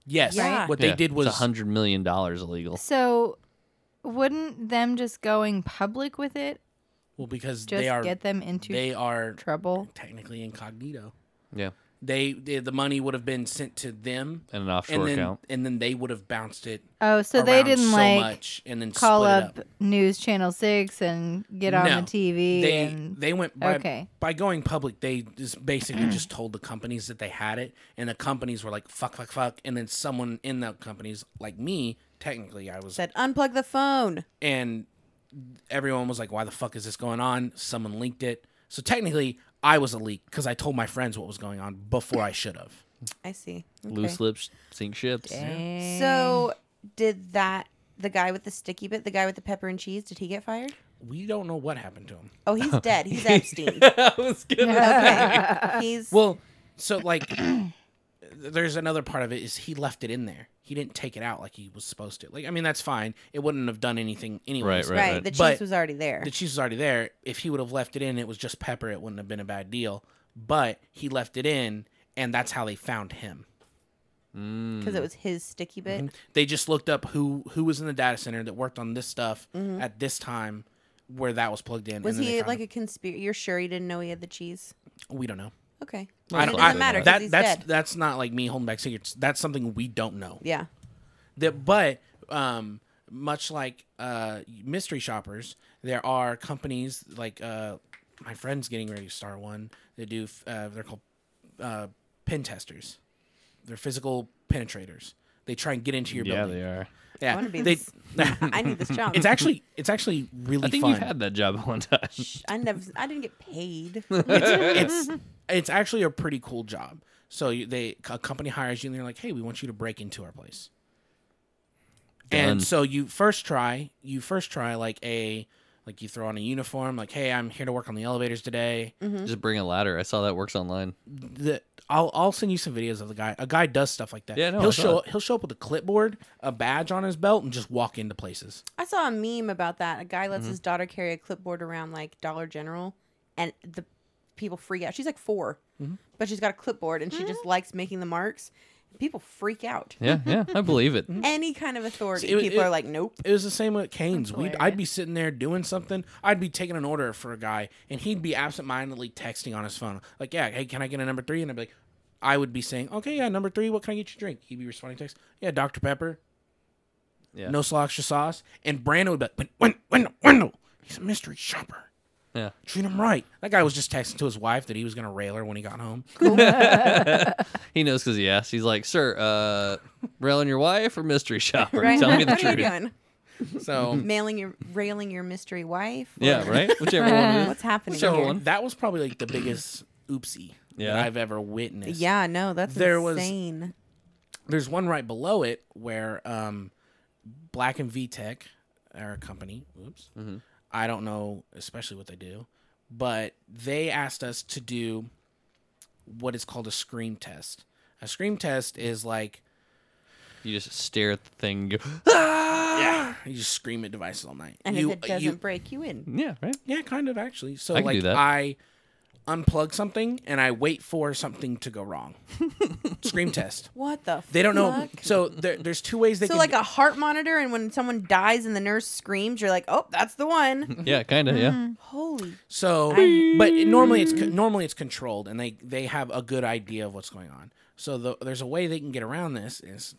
yes
Yeah.
what
Yeah,
they did
it's
was
a hundred million dollars illegal.
So wouldn't them just going public with it
well because
just
they are
get them into
they are
trouble?
technically incognito
Yeah.
they, they the money would have been sent to them
And an offshore
and then
account.
and then they would have bounced it
Oh, so they
around
didn't
so
like
much and then
call
split it
up, News Channel Six and get on
No.
the TV.
they
and,
they went by,
Okay. Mm.
by going public they just basically just told the companies that they had it and the companies were like fuck fuck fuck and then someone in the companies like me technically i was
said unplug the phone.
and everyone was like why the fuck is this going on someone leaked it so technically i was a leak because i told my friends what was going on before i should have
I see. Okay.
Loose lips sink ships.
So did that the guy with the sticky bit, the guy with the pepper and cheese, did he get fired?
we don't know what happened to him
Oh, he's dead. He's Epstein.
I was gonna
Okay. He's
well so like there's another part of it is he left it in there he didn't take it out like he was supposed to like i mean that's fine it wouldn't have done anything anyways
Right,
right,
right.
The cheese
But-
was already there.
the cheese was already there. If he would have left it in, it was just pepper. It wouldn't have been a bad deal. But he left it in, and that's how they found him.
Because it was his sticky bit.
They just looked up who who was in the data center that worked on this stuff at this time, where that was plugged in.
Mm-hmm. Was
and then they
he
found
like
him.
a conspiracy? You're sure he didn't know he had the cheese?
We don't know.
Okay.
I
Then
don't-
it
I-
doesn't matter 'cause
That
he's
that's
dead.
that's not like me holding back secrets. That's something we don't know.
Yeah.
That but um much like uh mystery shoppers, there are companies like uh my friend's getting ready to start one. They do uh, they're called uh pin testers. They're physical penetrators. They try and get into your
Yeah,
building.
they are.
Yeah.
I wanna be
they,
this- I need this job.
it's actually it's actually really
I think
fun.
you've had that job one time.
I never. I didn't get paid.
it's it's actually a pretty cool job. So you, they a company hires you and they're like, "Hey, we want you to break into our place."
Done.
And so you first try, you first try like a like you throw on a uniform, like, "Hey, I'm here to work on the elevators today."
Just bring a ladder. I saw that works online.
The, I'll I'll send you some videos of the guy. A guy does stuff like that.
Yeah, no, I
he'll
saw
show
it.
he'll show up with a clipboard, a badge on his belt, and just walk into places.
I saw a meme about that. A guy
Mm-hmm.
lets his daughter carry a clipboard around like Dollar General, and the people freak out. She's like 4
Mm-hmm.
but she's got a clipboard, and she just likes making the marks. People freak out.
Yeah, yeah, I believe it.
Any kind of authority,
See, it-
people
it-
are like, nope.
It was the same with Canes.
That's
We I'd be sitting there doing something. I'd be taking an order for a guy, and he'd be absentmindedly texting on his phone, like, "Yeah, hey, can I get a number three? And I'd be like, I would be saying, "Okay, yeah, number three. What can I get you to drink?" He'd be responding text, "Yeah, Dr Pepper,
Yeah.
no slaw extra sauce." And Brandon would be like, "Win- "Win, win, win, He's a mystery shopper.
Yeah.
Treat him right." That guy was just texting to his wife that he was gonna rail her when he got home.
He knows because he asked. He's like, "Sir, uh, railing your wife or mystery shopper?
Right?
Tell me the
what are
truth."
you doing?
So,
Mailing your, railing your mystery wife?
Yeah, right. Whichever one. It is.
What's happening?
Whichever
here?
one.
that was probably like the biggest oopsie
Yeah.
that I've ever witnessed.
Yeah, no, that's
There was-
insane.
there's one right below it where um, Black and VTech are a company. Oops.
Mm-hmm.
I don't know, especially what they do, but they asked us to do what is called a scream test. A scream test is like
You just stare at the thing. And go,
yeah, you just scream at devices all night.
and
you, uh,
if it doesn't
you-
break you in,
yeah, right.
yeah, kind of actually. So
I can do
like
that.
I unplug something and I wait for something to go wrong. scream test.
what the?
They don't know.
fuck?
So there, there's two ways they
So
can
like
do-
a heart monitor, and when someone dies and the nurse screams, you're like, oh, that's the
Mm-hmm.
one.
Yeah, kind of. Yeah.
Mm-hmm. Holy
So,
I-
but it- normally it's normally it's controlled, and they they have a good idea of what's going on. So the, there's a way they can get around this is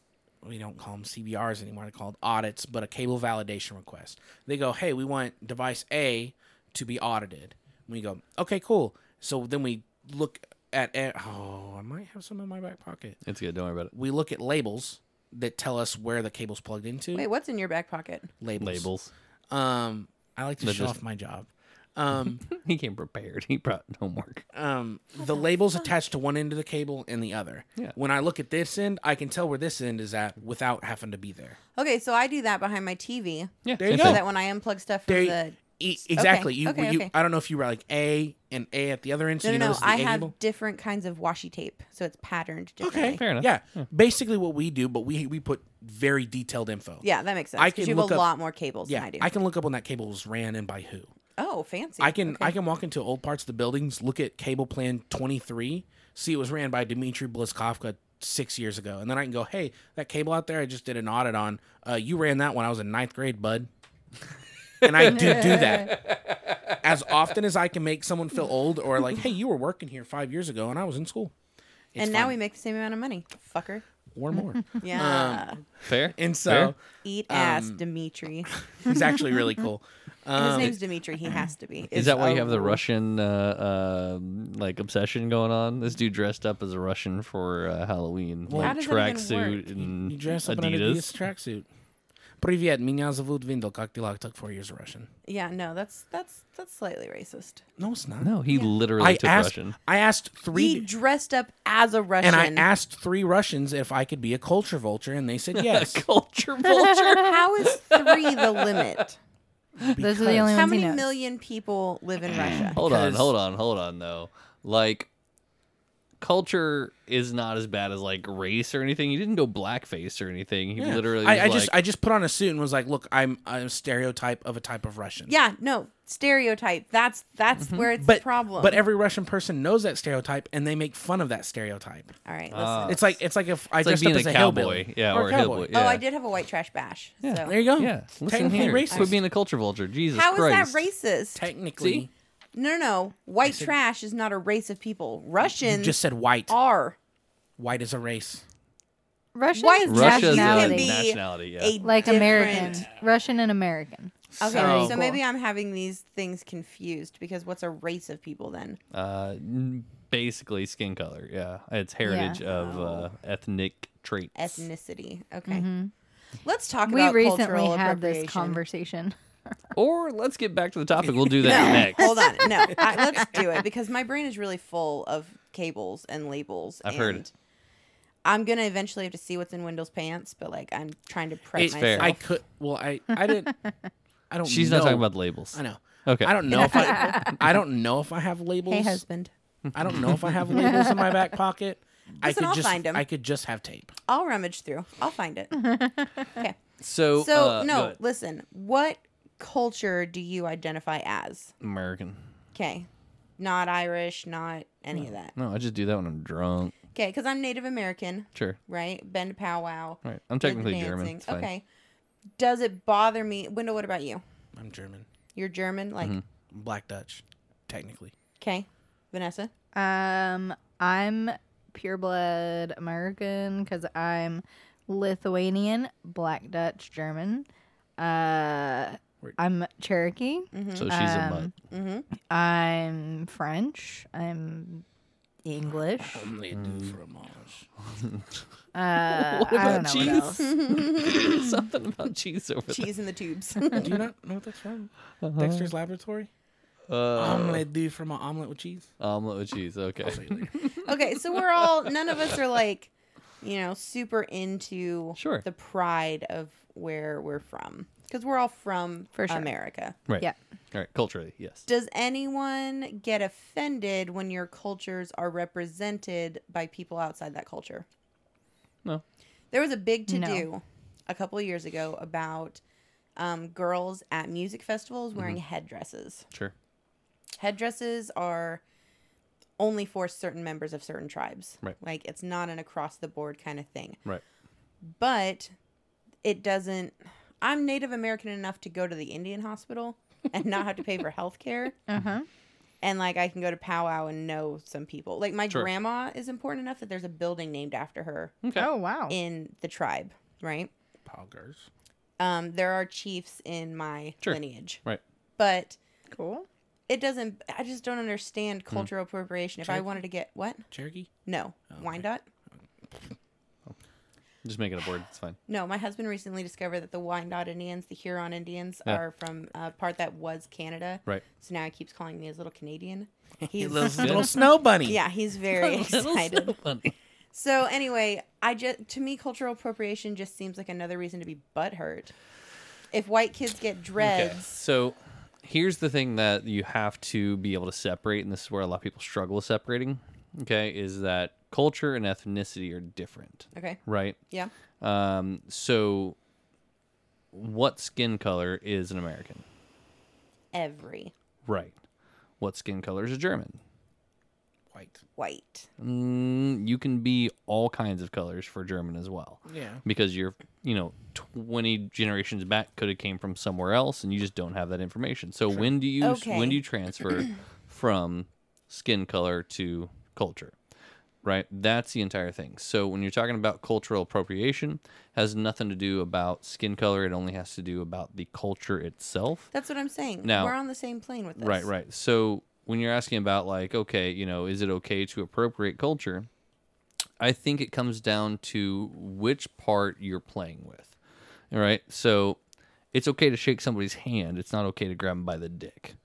we don't call them CBRs anymore; they're called audits, but a cable validation request. They go, hey, we want device A to be audited. And we go, okay, cool. So then we look at at- oh, I might have some in my back pocket.
It's good. Don't worry about it.
We look at labels that tell us where the cable's plugged into.
Wait, what's in your back pocket?
labels.
Labels.
Um, I like to
That
show
just-
off my job. Um,
He came prepared. He brought homework.
um, the label's attached to one end of the cable and the other.
Yeah.
When I look at this end, I can tell where this end is at without having to be there.
Okay, so I do that behind my TV.
Yeah,
There you
same
So
go.
thing.
that when I unplug stuff
There,
from the
e- exactly.
okay,
you,
okay,
you.
okay.
I don't know if you were like A and A at the other end. So
no,
you
no, no.
notice the
I
A
have
label.
different kinds of washi tape, so it's patterned differently.
Okay,
Fair enough.
Yeah. basically what we do, but we we put very detailed info.
Yeah, that makes sense.
I
'cause
can
you have
look
a
up-
lot more cables
yeah.
than I do.
can look up when that cable was ran and by who.
oh, fancy.
I can
Okay.
I can walk into old parts of the buildings, look at cable plan twenty three, see it was ran by Dmitry Bliskovka six years ago, and then I can go, hey, that cable out there, I just did an audit on. Uh, you ran that when I was in ninth grade, bud. And I do do that as often as I can make someone feel old or like, hey, you were working here five years ago and I was in school. It's
And now
fun.
we make the same amount of money, fucker.
or more.
Yeah.
Um,
Fair.
and
Fair.
so
Eat ass, Dimitri.
it's actually really cool.
His
Um,
name's Dimitri. He has to be.
Is that why you have the
Russian?
Russian uh, um like obsession going on? This dude dressed up as a Russian for uh, Halloween,
Well,
How
like
does that even
tracksuit
work?
and
you dress up in an Adidas
Mm, Adidas.
tracksuit. Привет, меня зовут Виндел. Как дела? Took four years of Russian.
Yeah, no, that's that's that's slightly racist.
No, it's not.
No, he literally
I
took
asked.
Russian.
I asked
He
three,
dressed up as a Russian.
and I asked three Russians if I could be a culture vulture, and they said yes.
Culture vulture.
How is three the limit?
Those are the only
How
ones he
many
knows.
million people live in Russia?
hold on,
Because-
hold on, hold on. Though, like, culture is not as bad as like race or anything. He didn't go blackface or anything. He
Yeah.
literally.
I, I
was
just
like,
I just put on a suit and was like, "Look, I'm I'm a stereotype of a type of Russian."
Yeah, no stereotype. That's that's
Mm-hmm.
where it's
but
the problem.
But every Russian person knows that stereotype, and they make fun of that stereotype.
all right, listen.
Ah.
It's like it's like if I
it's like
dressed
being
up as
a,
a,
cowboy,
hillbilly.
yeah, or, a hillbilly.
Oh,
yeah.
I did have a white trash bash. So.
There you go.
Yeah, listen
technically
here.
racist.
Quit being a culture vulture. Jesus
How is
Christ.
that racist?
technically,
See?
no, no, no. White trash is not a race of people.
you
Russians
just said white.
are
White is a race.
Russian
Why is
Russia's
nationality?
nationality.
You can be
nationality yeah.
a
like
different-
American, Russian and American.
Okay,
So-
so, maybe I'm having these things confused because what's a race of people then?
Uh, n- basically skin color. Yeah, it's heritage of uh, ethnic traits.
Ethnicity. Okay. Let's talk
Mm-hmm. We
about
recently
cultural
had this
appropriation.
conversation.
Or let's get back to the topic. We'll do that next.
Hold on. No, I, let's do it because my brain is really full of cables and labels.
I've
and
heard it.
I'm gonna eventually have to see what's in Wendell's pants, but like I'm trying to prep
It's
fair.
myself.
I could. Well, I I didn't. I don't.
She's
know.
not talking about the labels.
I know.
Okay.
I don't know if I. I don't know if I have labels.
Hey, husband.
I don't know if I have labels in my back pocket. I
Listen,
could
I'll
just.
find 'em.
I could just have tape.
I'll rummage through. I'll find it. Okay.
So,
So
uh, go
no,
ahead.
listen. What culture do you identify as?
American.
Okay. Not Irish, not any of that.
No, I just do that when I'm drunk.
Okay, because I'm Native American,
Sure.
right? Been to powwow.
Right. I'm
been to
technically German.
dancing.
It's fine.
Okay. Does it bother me? Wendell, what about you?
I'm German.
You're German, like
Mm-hmm.
I'm Black Dutch, technically.
okay, Vanessa.
Um, I'm pureblood American because I'm Lithuanian, Black Dutch, German. Uh,
Wait.
I'm Cherokee.
So she's a mutt.
Um, I'm French. I'm English.
Only a do fromage.
Uh,
What
I
about
don't know what else.
Something about cheese over there.
Cheese in the tubes.
Do you not know what that's from?
Uh-huh.
Dexter's Laboratory.
Uh,
omelet do from an omelet with cheese.
omelet with cheese. Okay.
okay, so we're all none of us are like, you know, super into
Sure.
the pride of where we're from because we're all from
For sure.
America.
Right.
Yeah.
All right. Culturally, yes.
Does anyone get offended when your cultures are represented by people outside that culture?
No.
There was a big to
No.
do a couple of years ago about um, girls at music festivals wearing
Mm-hmm.
headdresses.
Sure.
Headdresses are only for certain members of certain tribes.
Right.
Like it's not an across the board kind of thing.
Right.
But it doesn't. I'm Native American enough to go to the Indian hospital and not have to pay for health care
Uh huh.
and like I can go to powwow and know some people. Like my
Sure.
grandma is important enough that there's a building named after her
Okay.
Oh wow.
in the tribe, right?
Poggers.
Um, there are chiefs in my
Sure.
lineage,
Right.
but
Cool.
it doesn't. I just don't understand cultural appropriation. If I
Cherokee?
Oh,
wanted to get what?
Cherokee.
No,
Oh, okay.
Wyandotte.
Just making up word. It's fine.
No, my husband recently discovered that the Wyandot Indians, the Huron Indians,
Yeah.
are from a part that was Canada.
Right.
So now he keeps calling me his little Canadian. He's
Yeah.
Little snow bunny.
yeah, he's very excited.
funny.
So anyway, I just to me cultural appropriation just seems like another reason to be butthurt. If white kids get
Okay.
dreads,
So here's the thing that you have to be able to separate, and this is where a lot of people struggle with separating. Okay, is that culture and ethnicity are different,
okay,
right?
yeah,
Um, so what skin color is an American?
every
Right. What skin color is a German?
White.
white.
Mm, you can be all kinds of colors for German as well.
Yeah.
because you're you know 20 generations back could have came from somewhere else and you just don't have that information so when do you
Okay.
when do you transfer from skin color to culture right that's the entire thing so when you're talking about cultural appropriation has nothing to do about skin color it only has to do about the culture itself
That's what I'm saying.
Now-
We're on the same plane with this.
Right, right. So when you're asking about like, okay, you know, is it okay to appropriate culture? I think it comes down to which part you're playing with. All right. So it's okay to shake somebody's hand. It's not okay to grab them by the dick.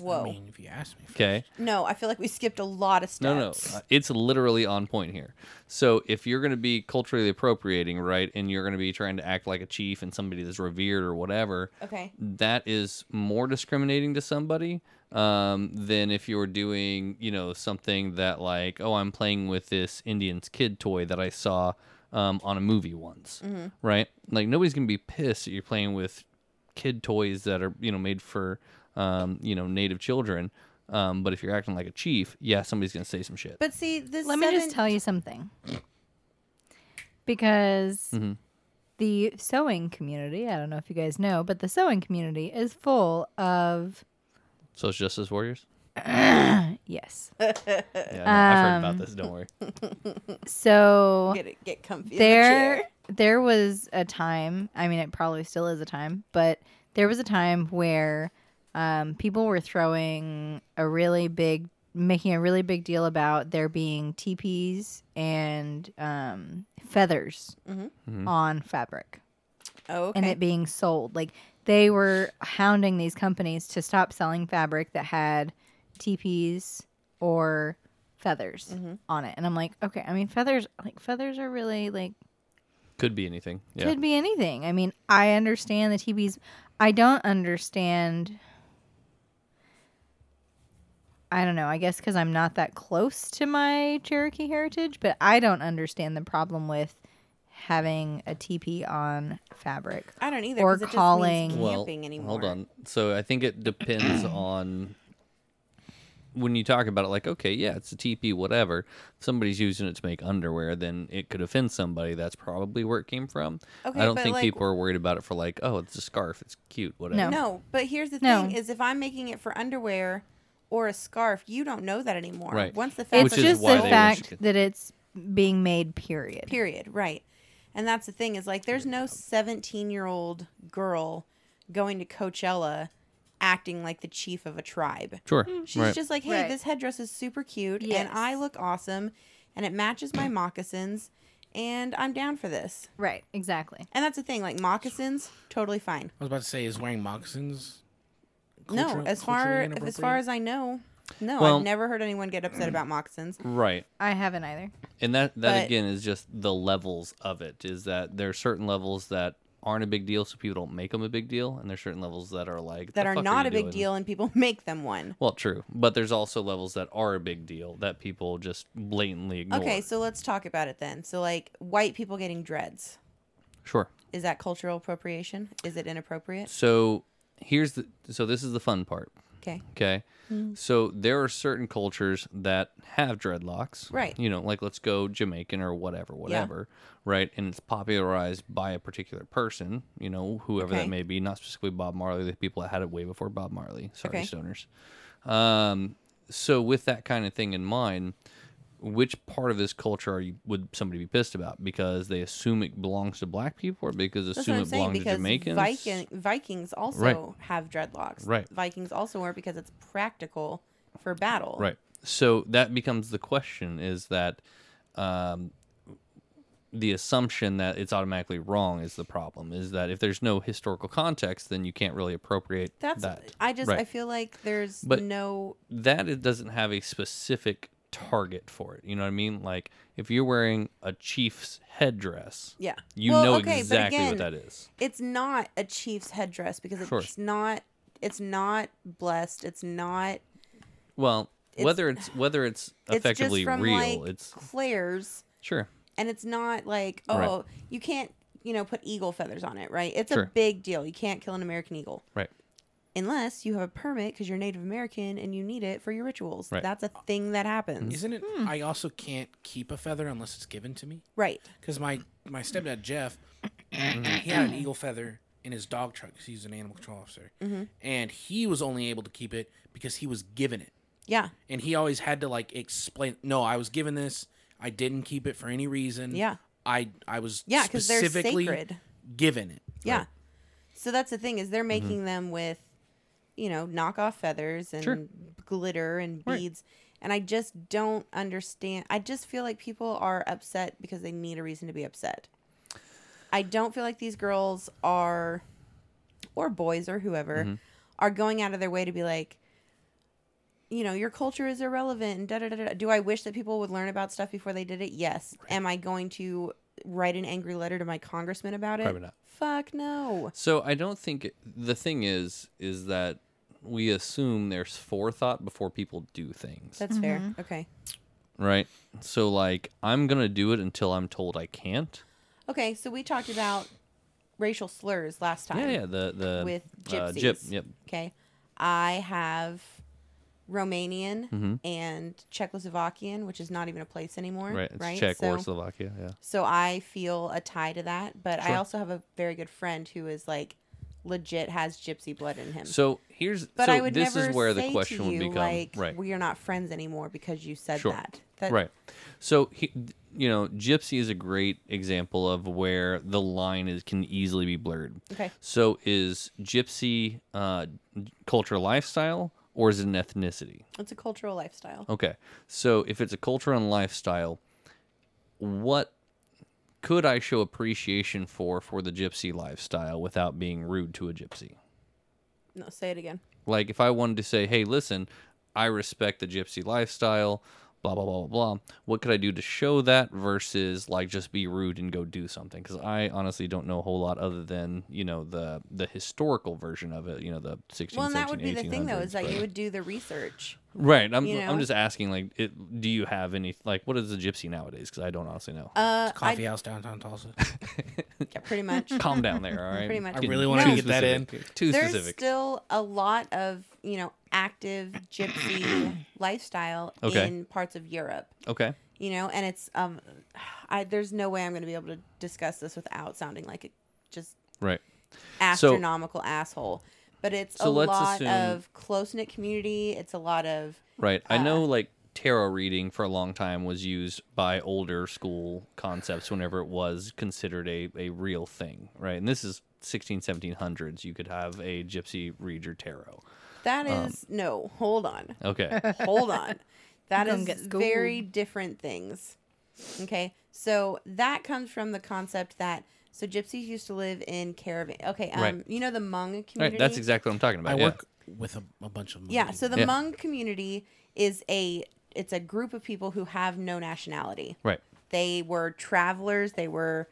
Whoa.
I mean, if you ask me.
Okay.
no, I feel like we skipped a lot of steps.
No, no. uh, It's literally on point here. So if you're going to be culturally appropriating, right, and you're going to be trying to act like a chief and somebody that's revered or whatever,
Okay.
that is more discriminating to somebody um, than if you were doing, you know, something that like, oh, I'm playing with this Indian's kid toy that I saw um, on a movie once, right? Like nobody's gonna be pissed that you're playing with kid toys that are, you know, made for, um, you know, native children. Um, but if you're acting like a chief, yeah, somebody's gonna say some shit.
But see, this
Let me
seven,
just tell you something. Because the sewing community, I don't know if you guys know, but the sewing community is full of
Social justice warriors.
yes.
Yeah, no, I've heard about this. Don't worry.
So
get it, get comfy. in the chair.
there there was a time, I mean it probably still is a time, but there was a time where um, people were throwing a really big making a really big deal about there being teepees and um, feathers on fabric.
Oh, Mm-hmm. okay.
and it being sold. Like they were hounding these companies to stop selling fabric that had teepees or feathers
Mm-hmm.
on it. And I'm like, okay, I mean feathers like feathers are really like
Could be anything. Yeah.
could be anything. I mean, I understand the teepees. I don't understand I don't know. I guess because I'm not that close to my Cherokee heritage, but I don't understand the problem with having a teepee on fabric.
I don't either.
or
'cause it just means
calling-
camping anymore.
Hold on. So I think it depends on when you talk about it. Like, okay, yeah, it's a TP, whatever. If somebody's using it to make underwear, then it could offend somebody. That's probably where it came from.
Okay,
I don't
but,
think
like-
people are worried about it for like, oh, it's a scarf, it's cute, whatever.
No, but here's the
No.
thing: is if I'm making it for underwear or a scarf, you don't know that anymore.
Right.
Once the fabric
It's
Which is
just
why
the
they were
fact
sca-
that it's being made. Period.
period, right? And that's the thing is like, there's no 17 year old girl going to Coachella acting like the chief of a tribe.
Sure.
Mm, She's
right.
just like, hey,
Right.
this headdress is super cute,
Yes.
and I look awesome, and it matches my moccasins, and I'm down for this.
Right. Exactly.
And that's the thing, like moccasins, totally fine.
I was about to say, is wearing moccasins?
No,
cultural-
as far
culturally
as far
inappropriate?
as I know, no,
Well- Mm.
I've never heard anyone get upset about moccasins.
right.
I haven't either.
And that that
But-
again is just the levels of it. Is that there are certain levels that aren't a big deal, so people don't make them a big deal, and there's certain levels that are like
That
"The
are
fuck
not
you
a big
doing?"
deal, and people make them one.
Well, true, but there's also levels that are a big deal that people just blatantly ignore.
Okay, so let's talk about it then. So, like, white people getting dreads.
sure.
Is that cultural appropriation? Is it inappropriate?
So here's the so this is the fun part.
Okay.
Okay.
Mm.
So there are certain cultures that have dreadlocks.
Right.
You know, like let's go Jamaican or whatever, whatever. Right. And it's popularized by a particular person, you know, whoever
Okay.
that may be, not specifically Bob Marley, the people that had it way before Bob Marley. Sorry,
Okay.
stoners. Um, so with that kind of thing in mind, which part of this culture are you, would somebody be pissed about? Because they assume it belongs to black people or because they
That's
assume
what I'm
it
saying
belongs to
because
Jamaicans?
Viking, Vikings also
Right.
have dreadlocks.
Right.
Vikings also wear it because it's practical for battle.
Right. So that becomes the question: Is that um, the assumption that it's automatically wrong is the problem. Is that if there's no historical context, then you can't really appropriate
That's
that.
I just
Right.
I feel like there's
But-
no
that it doesn't have a specific target for it. You know what I mean? Like if you're wearing a chief's headdress,
yeah.
you
Well,
know
okay, but
exactly
again,
what that is.
It's not a chief's headdress because
Sure.
it's not it's not blessed. It's not
Well,
it's-
whether it's whether it's
it's
effectively
just from
real,
like
it's
Claire's
sure.
and it's not like oh
Right.
you can't you know put eagle feathers on it right it's a
Sure.
big deal you can't kill an american eagle
Right.
unless you have a permit because you're native american and you need it for your rituals
Right.
that's a thing that happens
Isn't it? I also can't keep a feather unless it's given to me.
right
Because my my stepdad Jeff, he had an eagle feather in his dog truck. 'cause he's an animal control officer,
Mm-hmm.
and he was only able to keep it because he was given it.
yeah
And he always had to like explain, "No, I was given this. I didn't keep it for any reason.
Yeah.
I I was
yeah because they're
specifically
sacred
given it.
yeah so that's the thing is
Mm-hmm.
they're making them with you know knockoff feathers and
Sure.
glitter and beads and i just don't understand i just feel like people are upset because they need a reason to be upset i don't feel like these girls are or boys or whoever
Mm-hmm.
are going out of their way to be like you know your culture is irrelevant and da, da, da, da. do i wish that people would learn about stuff before they did it yes am i going to write an angry letter to my congressman about it
Probably not.
fuck no
So I don't think it- the thing is is that we assume there's forethought before people do things,
That's fair. Okay.
right? So like I'm going to do it until I'm told I can't.
Okay, so we talked about racial slurs last time.
Yeah, yeah, the the
With
uh,
gypsies.
gyp, yep.
Okay. I have Romanian
Mm-hmm.
and Czechoslovakian, which is not even a place anymore.
Right, it's
right?
Czech
so,
or Slovakia, yeah.
so I feel a tie to that, but I
Sure.
also have a very good friend who is like legit has gypsy blood in him.
So here's
but
so
I would
this
never
is where
say
the
to
question would
you,
become
like
right.
we are not friends anymore because you said
Sure.
that. That
right. So he, you know, Gypsy is a great example of where the line is can easily be blurred.
Okay.
So is Gypsy uh, culture lifestyle or is it an ethnicity?
It's a cultural lifestyle.
Okay. So if it's a culture and lifestyle, what could I show appreciation for for the Gypsy lifestyle without being rude to a Gypsy?
No, say it again.
Like if I wanted to say, "Hey, listen, I respect the gypsy lifestyle," blah blah blah blah blah. What could I do to show that versus like just be rude and go do something? Because I honestly don't know a whole lot other than you know the the historical version of it. You know the 16th,
Well, and that would be
17th,
the thing though, is
1800s,
that
but-
you would do the research.
right. I'm
you know?
I'm just asking like, it, do you have any like what is a gypsy nowadays? Because I don't honestly know.
Uh, I,
Coffee house downtown Tulsa.
yeah, pretty much.
Calm down there, all right.
Pretty much. I
Getting
really wanted
too
to get that in.
specific, Too
There's
specific.
still a lot of you know active gypsy lifestyle
Okay.
in parts of Europe.
okay.
You know, and it's um, I there's no way I'm going to be able to discuss this without sounding like a just
Right.
astronomical asshole. But it's
So
a
let's
lot
assume-
of close knit community. It's a lot of
Right. I
Uh.
know like tarot reading for a long time was used by older school concepts whenever it was considered a, a real thing, right? And this is 16, 1700s. You could have a gypsy read your tarot.
that
Um,
is no. Hold on.
Okay.
hold on. That
gonna
is
get schooled.
very different things. Okay. So that comes from the concept that so gypsies used to live in caravan. Okay. Um,
Right.
you know the Hmong community.
right. That's exactly what I'm talking about.
I
yeah.
work with a, a bunch of them.
Yeah. So the
Yeah.
Hmong community is a it's a group of people who have no nationality.
Right.
They were travelers. They were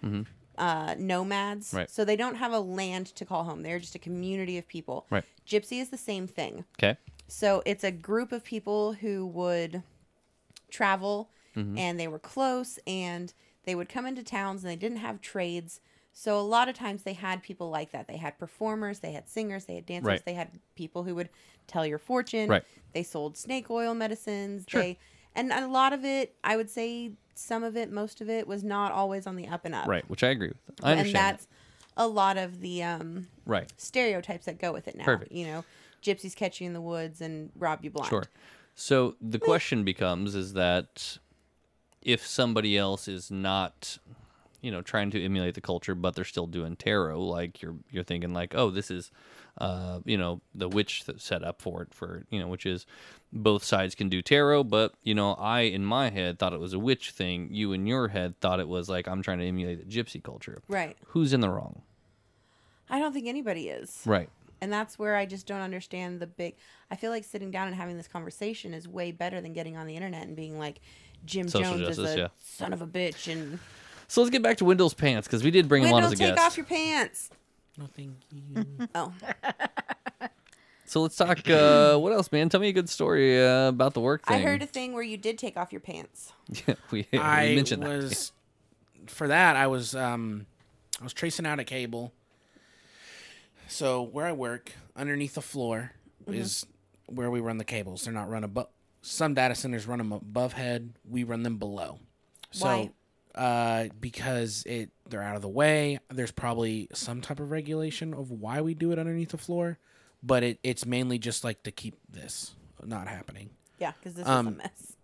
uh, nomads.
Mm-hmm. Right.
So they don't have a land to call home. They're just a community of people.
Right.
Gypsy is the same thing.
Okay.
So it's a group of people who would travel
Mm-hmm.
and they were close and they would come into towns and they didn't have trades. So a lot of times they had people like that. They had performers, they had singers, they had dancers,
Right.
they had people who would tell your fortune.
Right.
They sold snake oil medicines.
Sure.
They and a lot of it, I would say some of it, most of it was not always on the up and up.
Right. Which I agree with. I understand.
and that's
that.
a lot of the um
Right.
stereotypes that go with it now.
Perfect.
You know, gypsies catch you in the woods and rob you blind.
Sure. So the question becomes is that if somebody else is not, you know, trying to emulate the culture, but they're still doing tarot, like you're you're thinking like, oh, this is uh, you know, the witch that's set up for it for, you know, which is both sides can do tarot, but you know, I in my head thought it was a witch thing. You in your head thought it was like I'm trying to emulate the gypsy culture.
Right.
Who's in the wrong?
I don't think anybody is.
Right.
And that's where I just don't understand the big. I feel like sitting down and having this conversation is way better than getting on the internet and being like, Jim
Social
Jones is
justice,
a
yeah.
son of a bitch. And
So let's get back to Wendell's pants because we did bring him on
Wendell,
as a
take
guest.
off your pants.
No, thank you.
Oh,
So let's talk. Uh, what else, man? Tell me a good story uh, about the work thing.
I heard a thing where you did take off your pants.
Yeah, we, we
I
mentioned that.
was for that. I was um, I was tracing out a cable. So where I work, underneath the floor
Mm-hmm.
is where we run the cables. They're not run above. Some data centers run them above head. We run them below. So,
Why?
Uh, because it they're out of the way. There's probably some type of regulation of why we do it underneath the floor, but it, it's mainly just like to keep this not happening.
Yeah, because this
Um,
is a mess.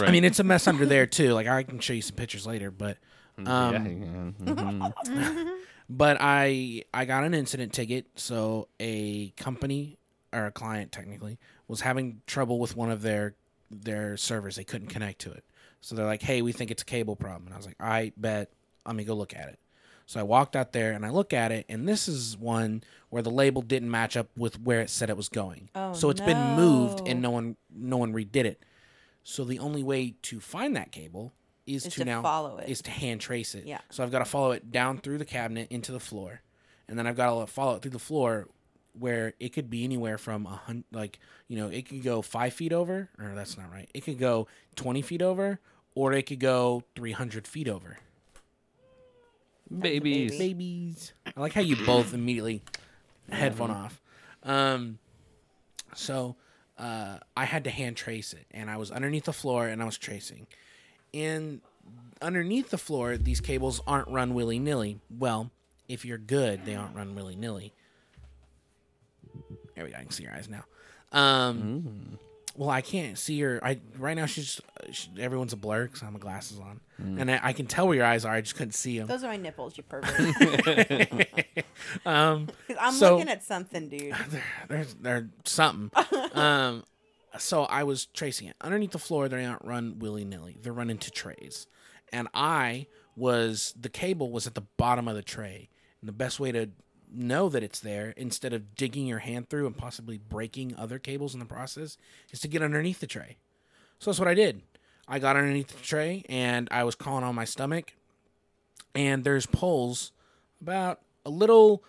Right.
I mean, it's a mess under there too. Like I can show you some pictures later, but um,
Mm, Yeah, yeah, mhm.
but I I got an incident ticket. So a company or a client technically was having trouble with one of their their servers. They couldn't connect to it. So they're like, "Hey, we think it's a cable problem." And I was like, "I bet. Let me go look at it." So I walked out there and I look at it, and this is one where the label didn't match up with where it said it was going.
Oh,
so it's been moved,
no.
and no one no one redid it. So the only way to find that cable is,
Is
to,
to
now
follow it.
is to hand trace it.
Yeah.
So I've got to follow it down through the cabinet into the floor, and then I've got to follow it through the floor where it could be anywhere from a hundred, like you know, it could go five feet over, or that's not right. It could go twenty feet over, or it could go three hundred feet over.
Babies.
baby.
Babies. I like how you both immediately headphone off. Um, so uh, I had to hand trace it, and I was underneath the floor and I was tracing. And underneath the floor, these cables aren't run willy nilly. Well, if you're good, they aren't run willy nilly. There we go. I can see your eyes now. Um, Well, I can't see her. I right now she's uh, she, everyone's a blur because I have my glasses on, and I, I can tell where your eyes are. I just couldn't see them.
Those are my nipples, you pervert.
um,
'Cause I'm
So-
looking at something, dude.
there's there's something. um, so I was tracing it underneath the floor. They aren't run willy nilly. They're run into trays, and I was the cable was at the bottom of the tray. And the best way to know that it's there, instead of digging your hand through and possibly breaking other cables in the process, is to get underneath the tray. So that's what I did. I got underneath the tray and I was crawling on my stomach. And there's poles about a little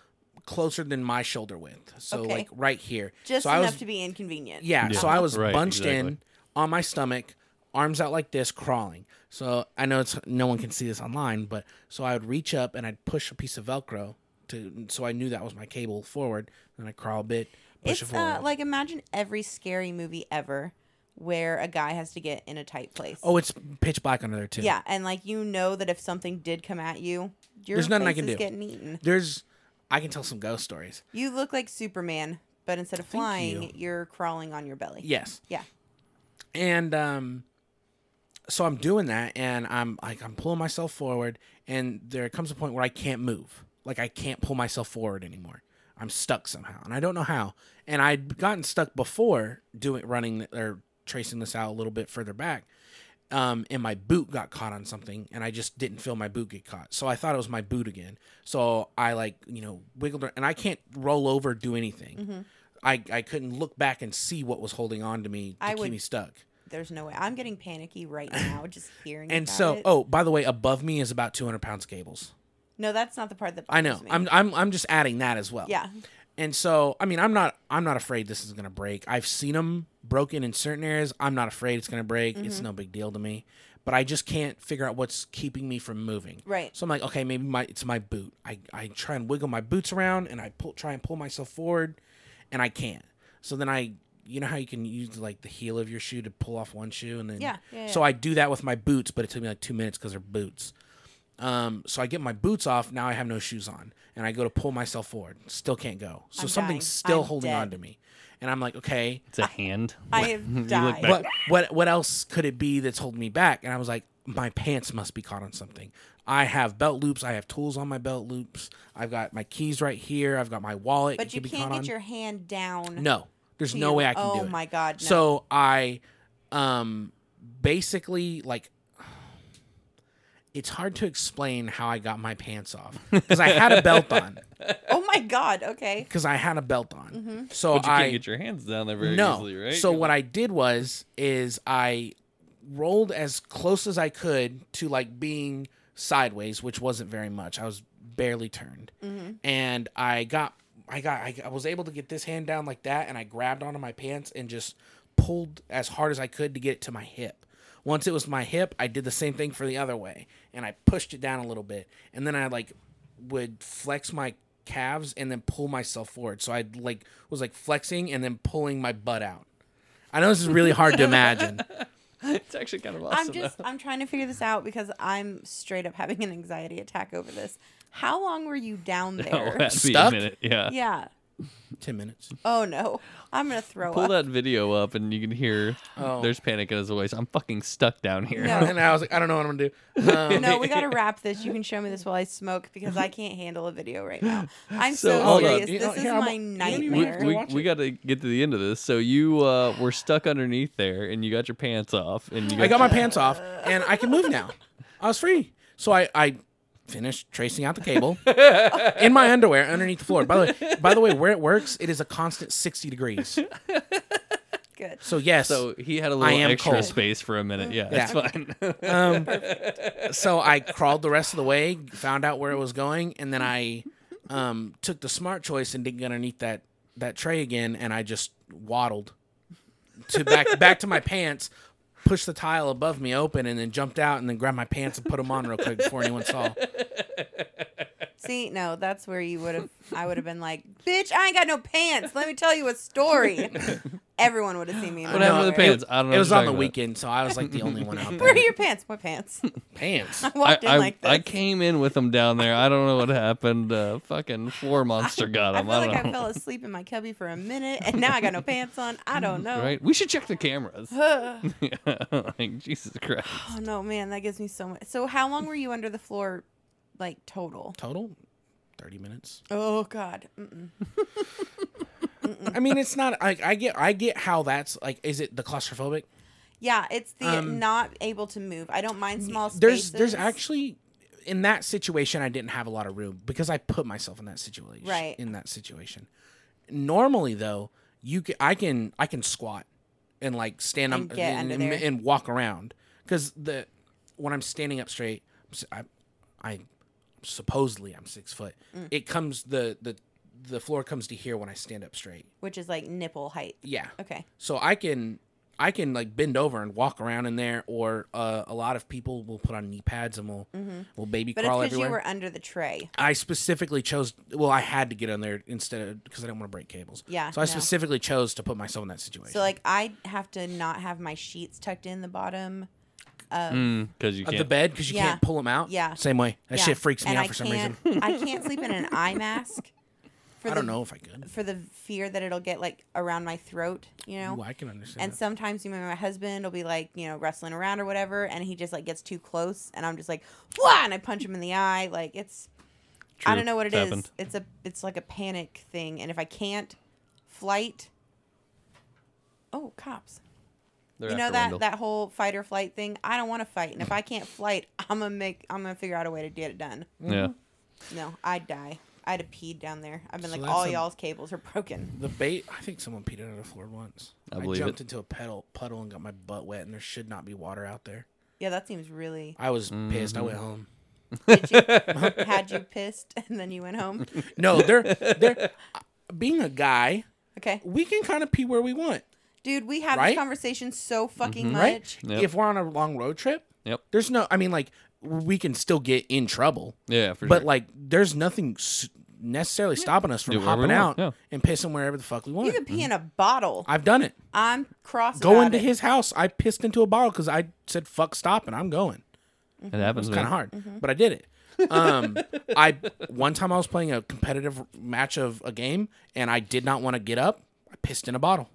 closer than my shoulder width. So
Okay.
like right here.
Just
so I
enough
was,
to be inconvenient.
Yeah,
Yeah.
So I was
Right,
bunched in
exactly.
on my stomach, arms out like this, crawling. So I know it's no one can see this online, but so I would reach up and I'd push a piece of Velcro to so I knew that was my cable forward. And I crawl a bit, push it
It's
forward.
uh, like imagine every scary movie ever where a guy has to get in a tight place.
oh, it's pitch black under there too.
yeah, and like you know that if something did come at you, your
There's
There's
nothing I
face
can
is
do.
getting eaten.
There's I can tell some ghost stories.
You look like Superman, but instead of flying,
you.
you. are crawling on your belly.
Yes.
Yeah.
And um so I'm doing that and I'm like I'm pulling myself forward and there comes a point where I can't move. Like I can't pull myself forward anymore. I'm stuck somehow and I don't know how. And I'd gotten stuck before doing running or tracing this out a little bit further back. Um, and my boot got caught on something and I just didn't feel my boot get caught. So I thought it was my boot again. So I like, you know, wiggled ar- and I can't roll over, do anything.
Mm-hmm.
I, I couldn't look back and see what was holding on to me to
I
keep
would-
me stuck.
There's no way. I'm getting panicky right now just hearing.
And
about
so,
it.
oh, by the way, above me is about 200 pounds of cables.
no, that's not the part that
I know.
bothers Me.
I'm, I'm I'm just adding that as well.
yeah,
And so, I mean, I'm not I'm not afraid this is gonna break. I've seen them broken in certain areas. I'm not afraid it's gonna break.
Mm-hmm.
It's no big deal to me. But I just can't figure out what's keeping me from moving.
Right.
So I'm like, okay, maybe my it's my boot. I, I try and wiggle my boots around and I pull try and pull myself forward, and I can't. So then I you know how you can use like the heel of your shoe to pull off one shoe and then
Yeah, yeah,
so
yeah.
I do that with my boots, but it took me like two minutes because they're boots. Um, so I get my boots off. Now I have no shoes on, and I go to pull myself forward. Still can't go. So
I'm
something's
dying.
still
I'm
holding
dead.
on to me, and I'm like, okay,
It's a hand.
I
back.
have died.
what what what else could it be that's holding me back? And I was like, my pants must be caught on something. I have belt loops. I have tools on my belt loops. I've got my keys right here. I've got my wallet.
But
it
you
could be
can't get
caught on.
your hand down.
No, there's
to
no
your-
way I can do
oh
it.
my god. No.
So I, um, basically like, it's hard to explain how I got my pants off because I had a belt on.
oh my god. Okay.
Because I had a belt on. So
But you
I
can't get your hands down there very
no.
easily, right?
So what I did was is I rolled as close as I could to like being sideways, which wasn't very much. I was barely turned, and I got I got I, I was able to get this hand down like that, and I grabbed onto my pants and just pulled as hard as I could to get it to my hip. Once it was my hip, I did the same thing for the other way, and I pushed it down a little bit, and then I like would flex my calves and then pull myself forward. So I like was like flexing and then pulling my butt out. I know this is really hard to imagine.
it's actually kind of awesome.
I'm just I'm trying to figure this out because I'm straight up having an anxiety attack over this. How long were you down there?
a
Stuck?
minute. Yeah.
Yeah.
Ten minutes.
Oh no. I'm gonna throw
Pull
up.
that video up and you can hear there's panic in his voice. I'm fucking stuck down here.
No.
And I was like, I don't know what I'm gonna do. Um,
No, we gotta wrap this. You can show me this while I smoke because I can't handle a video right now. I'm
So,
so,
hold on.
serious.
You know,
This is
here, I'm-
my
you know, you
We,
nightmare.
Go
we,
watch
we
it.
got to get to the end of this. So you uh, were stuck underneath there, and you got your pants off, and you got,
I got my pants off and I can move now. I was free. So I, I finished tracing out the cable in my underwear underneath the floor. By the way, by the way, where it works, it is a constant sixty degrees.
Good.
So yes.
So he had a
I
little
am
extra
cold.
space for a minute. Yeah,
Yeah.
it's fine.
um, so I crawled the rest of the way, found out where it was going, and then I um, took the smart choice and didn't get underneath that that tray again, and I just waddled to back back to my pants, pushed the tile above me open, and then jumped out and then grabbed my pants and put them on real quick before anyone saw.
See, no, that's where you would have. I would have been like, "Bitch, I ain't got no pants. Let me tell you a story." Everyone would have seen me. In
What
my
happened to the
underwear.
pants? I don't know.
It was
what
on
you're
the
talking about.
weekend, so I was like the only one out
Where
there.
are your pants? What pants?
Pants.
I walked in
I, I,
like this.
I came in with them down there. I don't know what happened. Uh, fucking floor monster got
I
them.
feel
I, don't
like I
know.
fell asleep in my cubby for a minute, and now I got no pants on. I don't know.
Right? We should check the cameras.
oh
like, Jesus Christ.
no, man, that gives me so much. So, how long were you under the floor, like total?
Total, thirty minutes.
Oh God.
Mm.
Mm-mm.
I mean, it's not. I, I get. I get how that's like. Is it the claustrophobic?
Yeah, it's the
Um,
not able to move. I don't mind small spaces.
there's there's actually in that situation I didn't have a lot of room because I put myself in that situation.
Right.
In that situation. Normally though, you can, I can I can squat and like stand
And
up
get
and,
under
and,
there.
and walk around cuz the when I'm standing up straight I I supposedly I'm 6 foot.
Mm.
It comes the the the floor comes to here when I stand up straight.
which is like nipple height.
Yeah.
Okay.
So I can I can like bend over and walk around in there, or uh, a lot of people will put on knee pads and will will baby
Mm-hmm. But
crawl
it's because
everywhere.
you were under the tray.
I specifically chose. Well, I had to get on there instead of because I didn't want to break cables.
Yeah,
So I
no.
specifically chose to put myself in that situation.
So like I have to not have my sheets tucked in the bottom.
Because you
of
can't.
Mm, the bed because you
Yeah.
can't pull them out.
Yeah.
Same way. That
Yeah.
shit freaks me
And
out
I
for some reason.
can't- I can't sleep in an eye mask. For
I
the,
don't know if I could.
For the fear that it'll get like around my throat, you know.
Ooh, I can understand.
And
that.
sometimes you know my husband will be like, you know, wrestling around or whatever, and he just like gets too close, and I'm just like, wah, and I punch him in the eye. Like it's, I
True.
don't know what
It's
it's
happened.
It's a, it's like a panic thing, and if I can't, flight. Oh, cops!
They're
you know
after
that
Wendell.
that whole fight or flight thing. I don't want to fight, and if I can't flight, I'm gonna make, I'm gonna figure out a way to get it done.
Yeah.
Mm-hmm. No, I'd die. I'd have peed down there. I've been
So
like,
that's
all
a-
y'all's cables are broken.
the bait. I think someone peed it on the floor once.
I believe
jumped
it.
into a pedal puddle and got my butt wet, and there should not be water out there.
Yeah, that seems really.
I was pissed. I
Mm-hmm.
went home.
Did you, had you pissed and then you went home?
No, they're they're being a guy.
Okay.
We can kind of pee where we want,
Dude, we have
Right? Mm-hmm.
this conversation so fucking much.
right?
Yep.
If we're on a long road trip,
Yep.
there's no. I mean, like we can still get in trouble,
Yeah, for
but
sure.
like there's nothing s- necessarily stopping us from
Do whatever we
hopping out
want, yeah.
and pissing wherever the fuck we
You
want.
could pee in a bottle.
I've done it.
I'm cross.
Going to
about it.
his house, I pissed into a bottle because I said "fuck stop" and I'm going.
it happens.
It's kind
man.
of hard, but I did it. Um, I one time I was playing a competitive match of a game and I did not want to get up. I pissed in a bottle.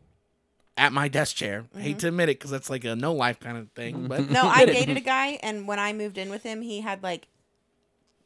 at my desk chair. Hate to admit it because that's like a no life kind of thing. But
No, I
did it.
dated a guy, and when I moved in with him, he had like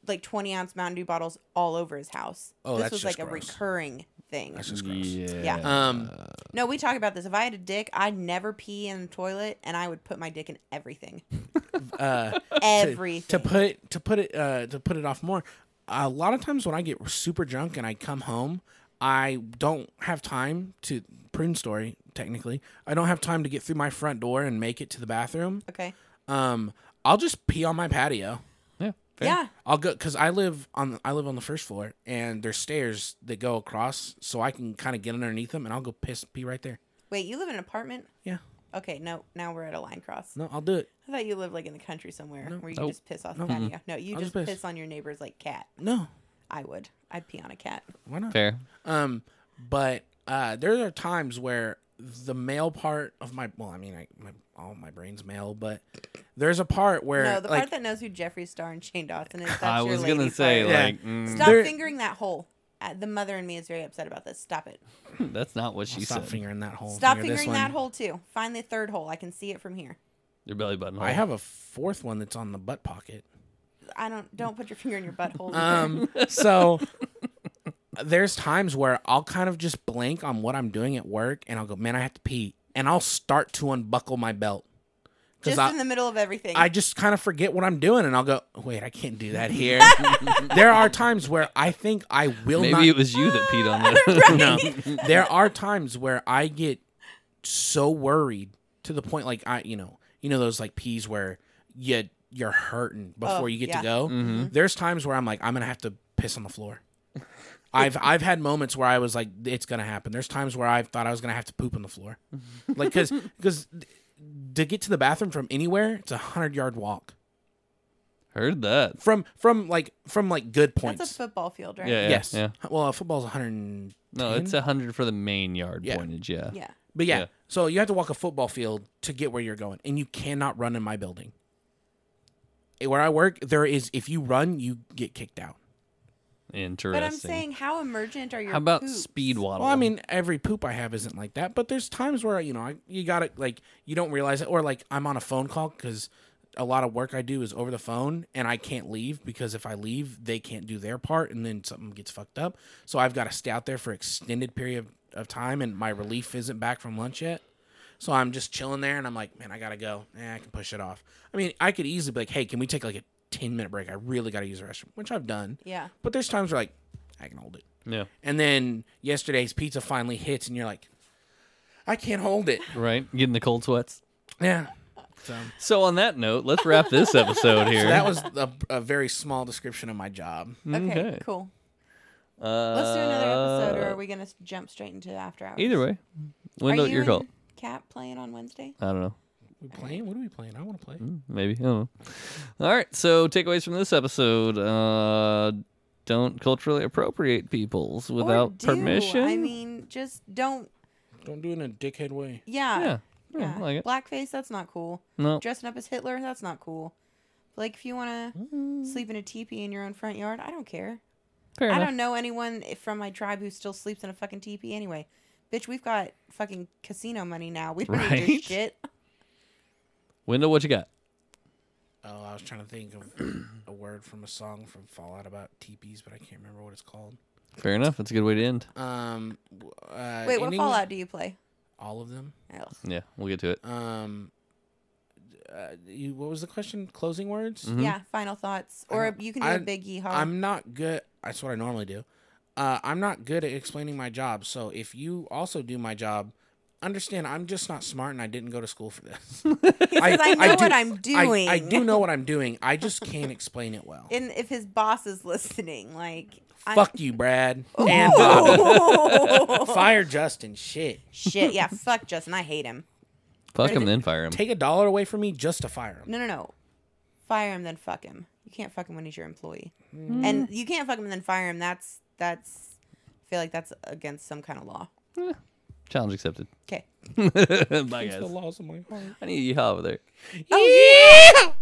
like twenty ounce Mountain Dew bottles all over his house.
Oh,
this
that's
was
just
like
gross.
a recurring thing.
That's just gross.
Yeah.
Um,
no, we talk about this. If I had a dick, I'd never pee in the toilet, and I would put my dick in everything.
uh, to-
Everything.
to put to put it uh, to put it off more. A lot of times when I get super drunk and I come home, I don't have time to prune story. Technically, I don't have time to get through my front door and make it to the bathroom.
okay.
Um, I'll just pee on my patio.
yeah.
Yeah.
I'll go because I live on I live on the first floor and there's stairs that go across, so I can kind of get underneath them and I'll go piss pee right there.
Wait, you live in an apartment?
Yeah,
Okay, no, now we're at a line cross.
no, I'll do it.
I thought you lived like in the country somewhere where you
Nope.
just piss off the patio. No, you
I'll
just
just
piss.
piss.
on your neighbor's like cat.
No,
I would. I'd pee on a cat.
why not?
Fair.
Um, but uh, there are times where the male part of my well, I mean, I, my, all my brain's male, but there's a part where
No, the
like,
part that knows who Jeffree Star and Shane Dawson is. That's
I
your
was
lady
gonna say
part.
Yeah.
like mm,
Stop
There-
fingering that hole. Uh, the mother in me is very upset about this. Stop it.
that's not what she
stop
said.
fingering that hole.
Stop
finger this
fingering that
one.
hole too. Find the third hole. I can see it from here.
Your belly button.
I have a fourth one that's on the butt pocket.
I don't. Don't put your finger in your butthole.
Uh,
Um, so there's times where I'll kind of just blank on what I'm doing at work, and I'll go, "Man, I have to pee," and I'll start to unbuckle my belt
just
because I
in the middle of everything.
I just kind of forget what I'm doing, and I'll go, "Wait, I can't do that here." there are times where I think I will
Maybe
not.
it was you that peed on this.
no, there are times where I get so worried to the point, like I, you know, you know those like peas where you you're hurting before
Oh,
you get
yeah.
to go.
Mm-hmm.
There's times where I'm like, I'm gonna have to piss on the floor. I've I've had moments where I was like, it's gonna happen. There's times where I thought I was gonna have to poop on the floor, like because because to get to the bathroom from anywhere, it's a hundred yard walk
Heard that.
from from like from like good points.
That's a football field, right?
Yeah, yeah.
yes.
Yeah.
Well, football's 100.
No, it's a hundred for the main yard
Yeah.
pointage. Yeah.
Yeah.
But yeah,
Yeah.
so you have to walk a football field to get where you're going, and you cannot run in my building. Eh, Where I work, there is if you run, you get kicked out.
Interesting.
But I'm saying, how emergent are your?
how about
poops?
speed waddle?
Well, I mean, every poop I have isn't like that, but there's times where you know I, you gotta like you don't realize it, or like I'm on a phone call because a lot of work I do is over the phone, and I can't leave because if I leave, they can't do their part, and then something gets fucked up. So I've got to stay out there for extended period of, of time, and my relief isn't back from lunch yet. So I'm just chilling there, and I'm like, man, I gotta go. Eh, I can push it off. I mean, I could easily be like, hey, can we take like a 10 minute break? I really gotta use the restroom, which I've done.
Yeah.
But there's times where like I can hold it.
yeah.
And then yesterday's pizza finally hits, and you're like, I can't hold it.
Right. Getting the cold sweats.
Yeah. So
So on that note, let's wrap this episode here.
that was a, a very small description of my job.
Okay.
Okay.
Cool.
Uh,
Let's do another episode, or are we gonna s- jump straight into after hours?
Either way,
Are
window
you
your
and
call.
Cat playing on Wednesday.
I don't know.
We playing? What are we playing? I want to play.
Maybe. I don't know. All right. So takeaways from this episode: uh, don't culturally appropriate peoples
Or
without
do.
permission.
I mean, just don't.
Don't do it in a dickhead way.
Yeah.
yeah. yeah, I like it.
Blackface, that's not cool.
No.
Dressing up as Hitler, that's not cool. Like if you want to sleep in a teepee in your own front yard, I don't care.
Mm. Fair
I
enough.
don't know anyone i- from my tribe who still sleeps in a fucking teepee anyway. Bitch, we've got fucking casino money now. We don't need your
Right?
shit.
Uh,
Window, what you got?
Oh, I was trying to think of a word from a song from Fallout about teepees, but I can't remember what it's called.
Fair enough. That's a good way to end.
Um, w- uh,
Wait, what
ending-
Fallout do you play?
All of them.
Ugh.
Yeah, we'll get to it.
Um, uh, you, what was the question? Closing words.
Mm-hmm.
Yeah, final thoughts. Or
don't-
you can do a
I-
big yeehaw.
I'm not good. That's what I normally do. Uh, I'm not good at explaining my job. So if you also do my job, understand I'm just not smart and I didn't go to school for this. I,
I know
do-
what I'm
I, I
doing.
do know what I'm doing. I just can't explain it well.
and if his boss is listening, like, I'm-
Fuck you, Brad. And Bob. Fire Justin. Shit.
shit, yeah, fuck Justin. I hate him.
Fuck him, then fire him.
Take a dollar away from me just to fire him.
No, no, no. Fire him, then fuck him. You can't fuck him when he's your employee, and you can't fuck him and then fire him. That's that's. I feel like that's against some kind of law.
Challenge accepted.
Okay.
Bye,
It's
guys.
the laws of my heart.
I need a yeehaw over there.
Oh yeah.